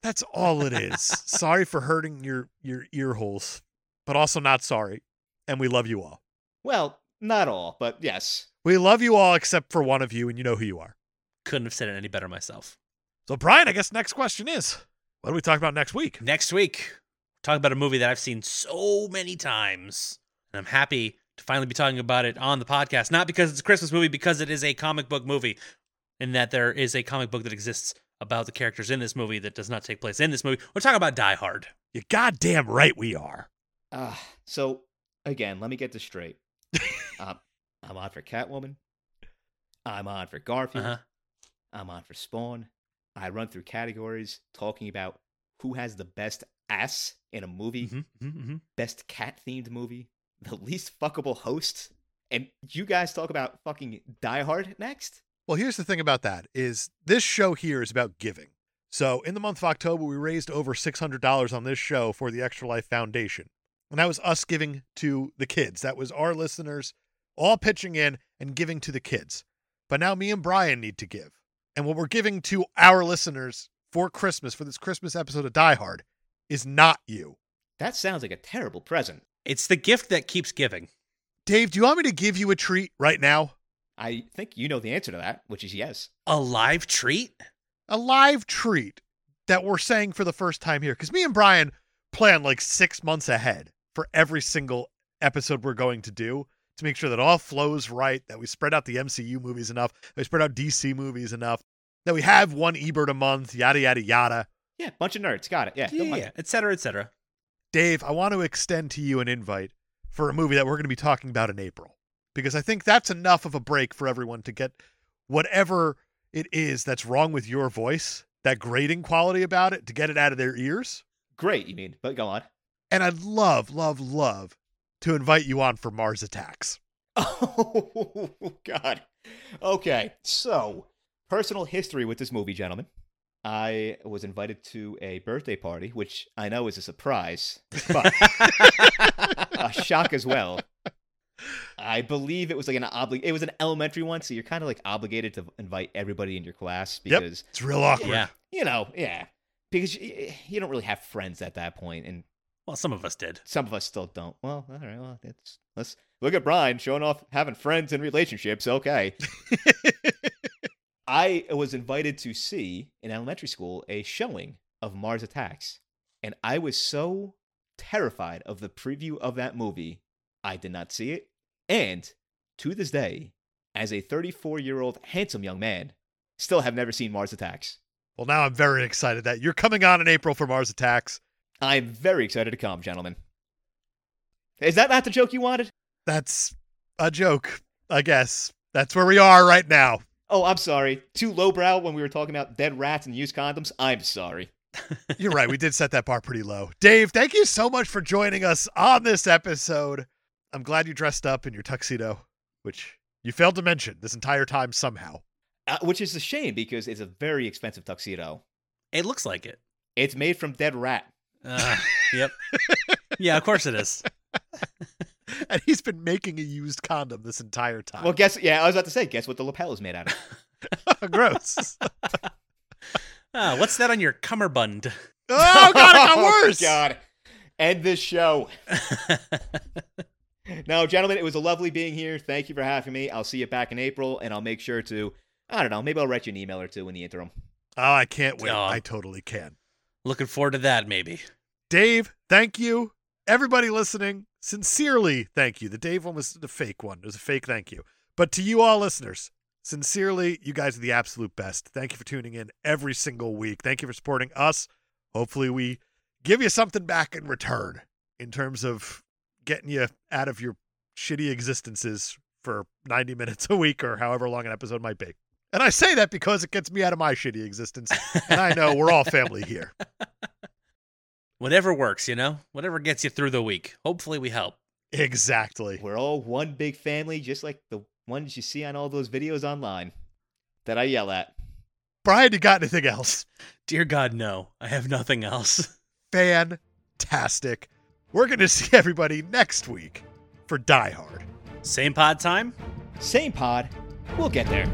Speaker 1: That's all it is. sorry for hurting your your ear holes, but also not sorry. And we love you all.
Speaker 3: Well, not all, but yes.
Speaker 1: We love you all except for one of you, and you know who you are.
Speaker 2: Couldn't have said it any better myself.
Speaker 1: So, Brian, I guess next question is, what do we talk about next week?
Speaker 2: Next week, Talk about a movie that I've seen so many times. And I'm happy to finally be talking about it on the podcast, not because it's a Christmas movie, because it is a comic book movie, and that there is a comic book that exists about the characters in this movie that does not take place in this movie. We're talking about Die Hard.
Speaker 1: You're goddamn right we are.
Speaker 3: Uh, so again, let me get this straight. um, I'm on for Catwoman. I'm on for Garfield.
Speaker 2: Uh-huh.
Speaker 3: I'm on for Spawn. I run through categories talking about who has the best ass in a movie,
Speaker 2: Mhm, mhm, mhm.
Speaker 3: best cat themed movie, the least fuckable host. And you guys talk about fucking Die Hard next?
Speaker 1: Well, here's the thing about that is this show here is about giving. So in the month of October, we raised over six hundred dollars on this show for the Extra Life Foundation, and that was us giving to the kids. That was our listeners all pitching in and giving to the kids. But now me and Brian need to give, and what we're giving to our listeners for Christmas for this Christmas episode of Die Hard is not you,
Speaker 3: That sounds like a terrible present.
Speaker 2: It's the gift that keeps giving.
Speaker 1: Dave. Do you want me to give you a treat right now?
Speaker 3: I think you know the answer to that, which is yes.
Speaker 2: A live treat?
Speaker 1: a live treat that we're saying for the first time here because me and brian plan like six months ahead for every single episode we're going to do to make sure that all flows right that we spread out the mcu movies enough that we spread out dc movies enough that we have one ebert a month yada yada yada
Speaker 3: Yeah, bunch of nerds. Got it. Yeah. don't mind.
Speaker 2: Yeah, et cetera, et cetera.
Speaker 1: dave i want to extend to you an invite for a movie that we're going to be talking about in april because i think that's enough of a break for everyone to get whatever it is that's wrong with your voice that grating quality about it to get it out of their ears
Speaker 3: Great, you mean, but go on.
Speaker 1: And I'd love, love, love to invite you on for Mars Attacks.
Speaker 3: Oh God. Okay, so personal history with this movie, gentlemen. I was invited to a birthday party, which I know is a surprise, but a shock as well. I believe it was like an obli- it was an elementary one, so you're kind of like obligated to invite everybody in your class
Speaker 1: Yep.
Speaker 3: because
Speaker 1: It's real awkward.
Speaker 2: yeah.
Speaker 3: you know, yeah, because you, you don't really have friends at that point, and
Speaker 2: Well, some of us did.
Speaker 3: some of us still don't. Well, all right, well, that's let's look at Brian showing off having friends and relationships. Okay. I was invited to see in elementary school a showing of Mars Attacks, and I was so terrified of the preview of that movie, I did not see it. And to this day, as a 34 year old handsome young man, still have never seen Mars Attacks.
Speaker 1: Well, now I'm very excited that you're coming on in April for Mars Attacks.
Speaker 3: I am very excited to come, gentlemen. Is that not the joke you wanted?
Speaker 1: That's a joke, I guess. That's where we are right now.
Speaker 3: Oh, I'm sorry. Too lowbrow when we were talking about dead rats and used condoms. I'm sorry.
Speaker 1: You're right. We did set that bar pretty low. Dave, thank you so much for joining us on this episode. I'm glad you dressed up in your tuxedo, which you failed to mention this entire time somehow.
Speaker 3: Uh, which is a shame because it's a very expensive tuxedo.
Speaker 2: It looks like it.
Speaker 3: It's made from dead rat.
Speaker 2: Uh, yep. Yeah, of course it is.
Speaker 1: And he's been making a used condom this entire time.
Speaker 3: Well, guess yeah, I was about to say, guess what the lapel is made out of?
Speaker 1: gross. Oh,
Speaker 2: Ah, what's that on your cummerbund?
Speaker 1: oh, God, it got
Speaker 3: Oh,
Speaker 1: worse.
Speaker 3: God, end this show. No, gentlemen, it was a lovely being here. Thank you for having me. I'll see you back in April, and I'll make sure to. I don't know. Maybe I'll write you an email or two in the interim.
Speaker 1: Oh, I can't wait.
Speaker 2: Aw.
Speaker 1: I totally can.
Speaker 2: Looking forward to that, maybe.
Speaker 1: Dave, thank you. Everybody listening, sincerely thank you. The Dave one was the fake one. It was a fake thank you. But to you all listeners, sincerely, you guys are the absolute best. Thank you for tuning in every single week. Thank you for supporting us. Hopefully, we give you something back in return in terms of getting you out of your shitty existences for 90 minutes a week or however long an episode might be. And I say that because it gets me out of my shitty existence. And I know we're all family here.
Speaker 2: Whatever works, you know? Whatever gets you through the week. Hopefully we help.
Speaker 1: Exactly.
Speaker 3: We're all one big family, just like the ones you see on all those videos online that I yell at.
Speaker 1: Brian, you got anything else?
Speaker 2: Dear God, no. I have nothing else.
Speaker 1: Fantastic. We're going to see everybody next week for Die Hard.
Speaker 2: Same pod time?
Speaker 3: Same pod. We'll get there.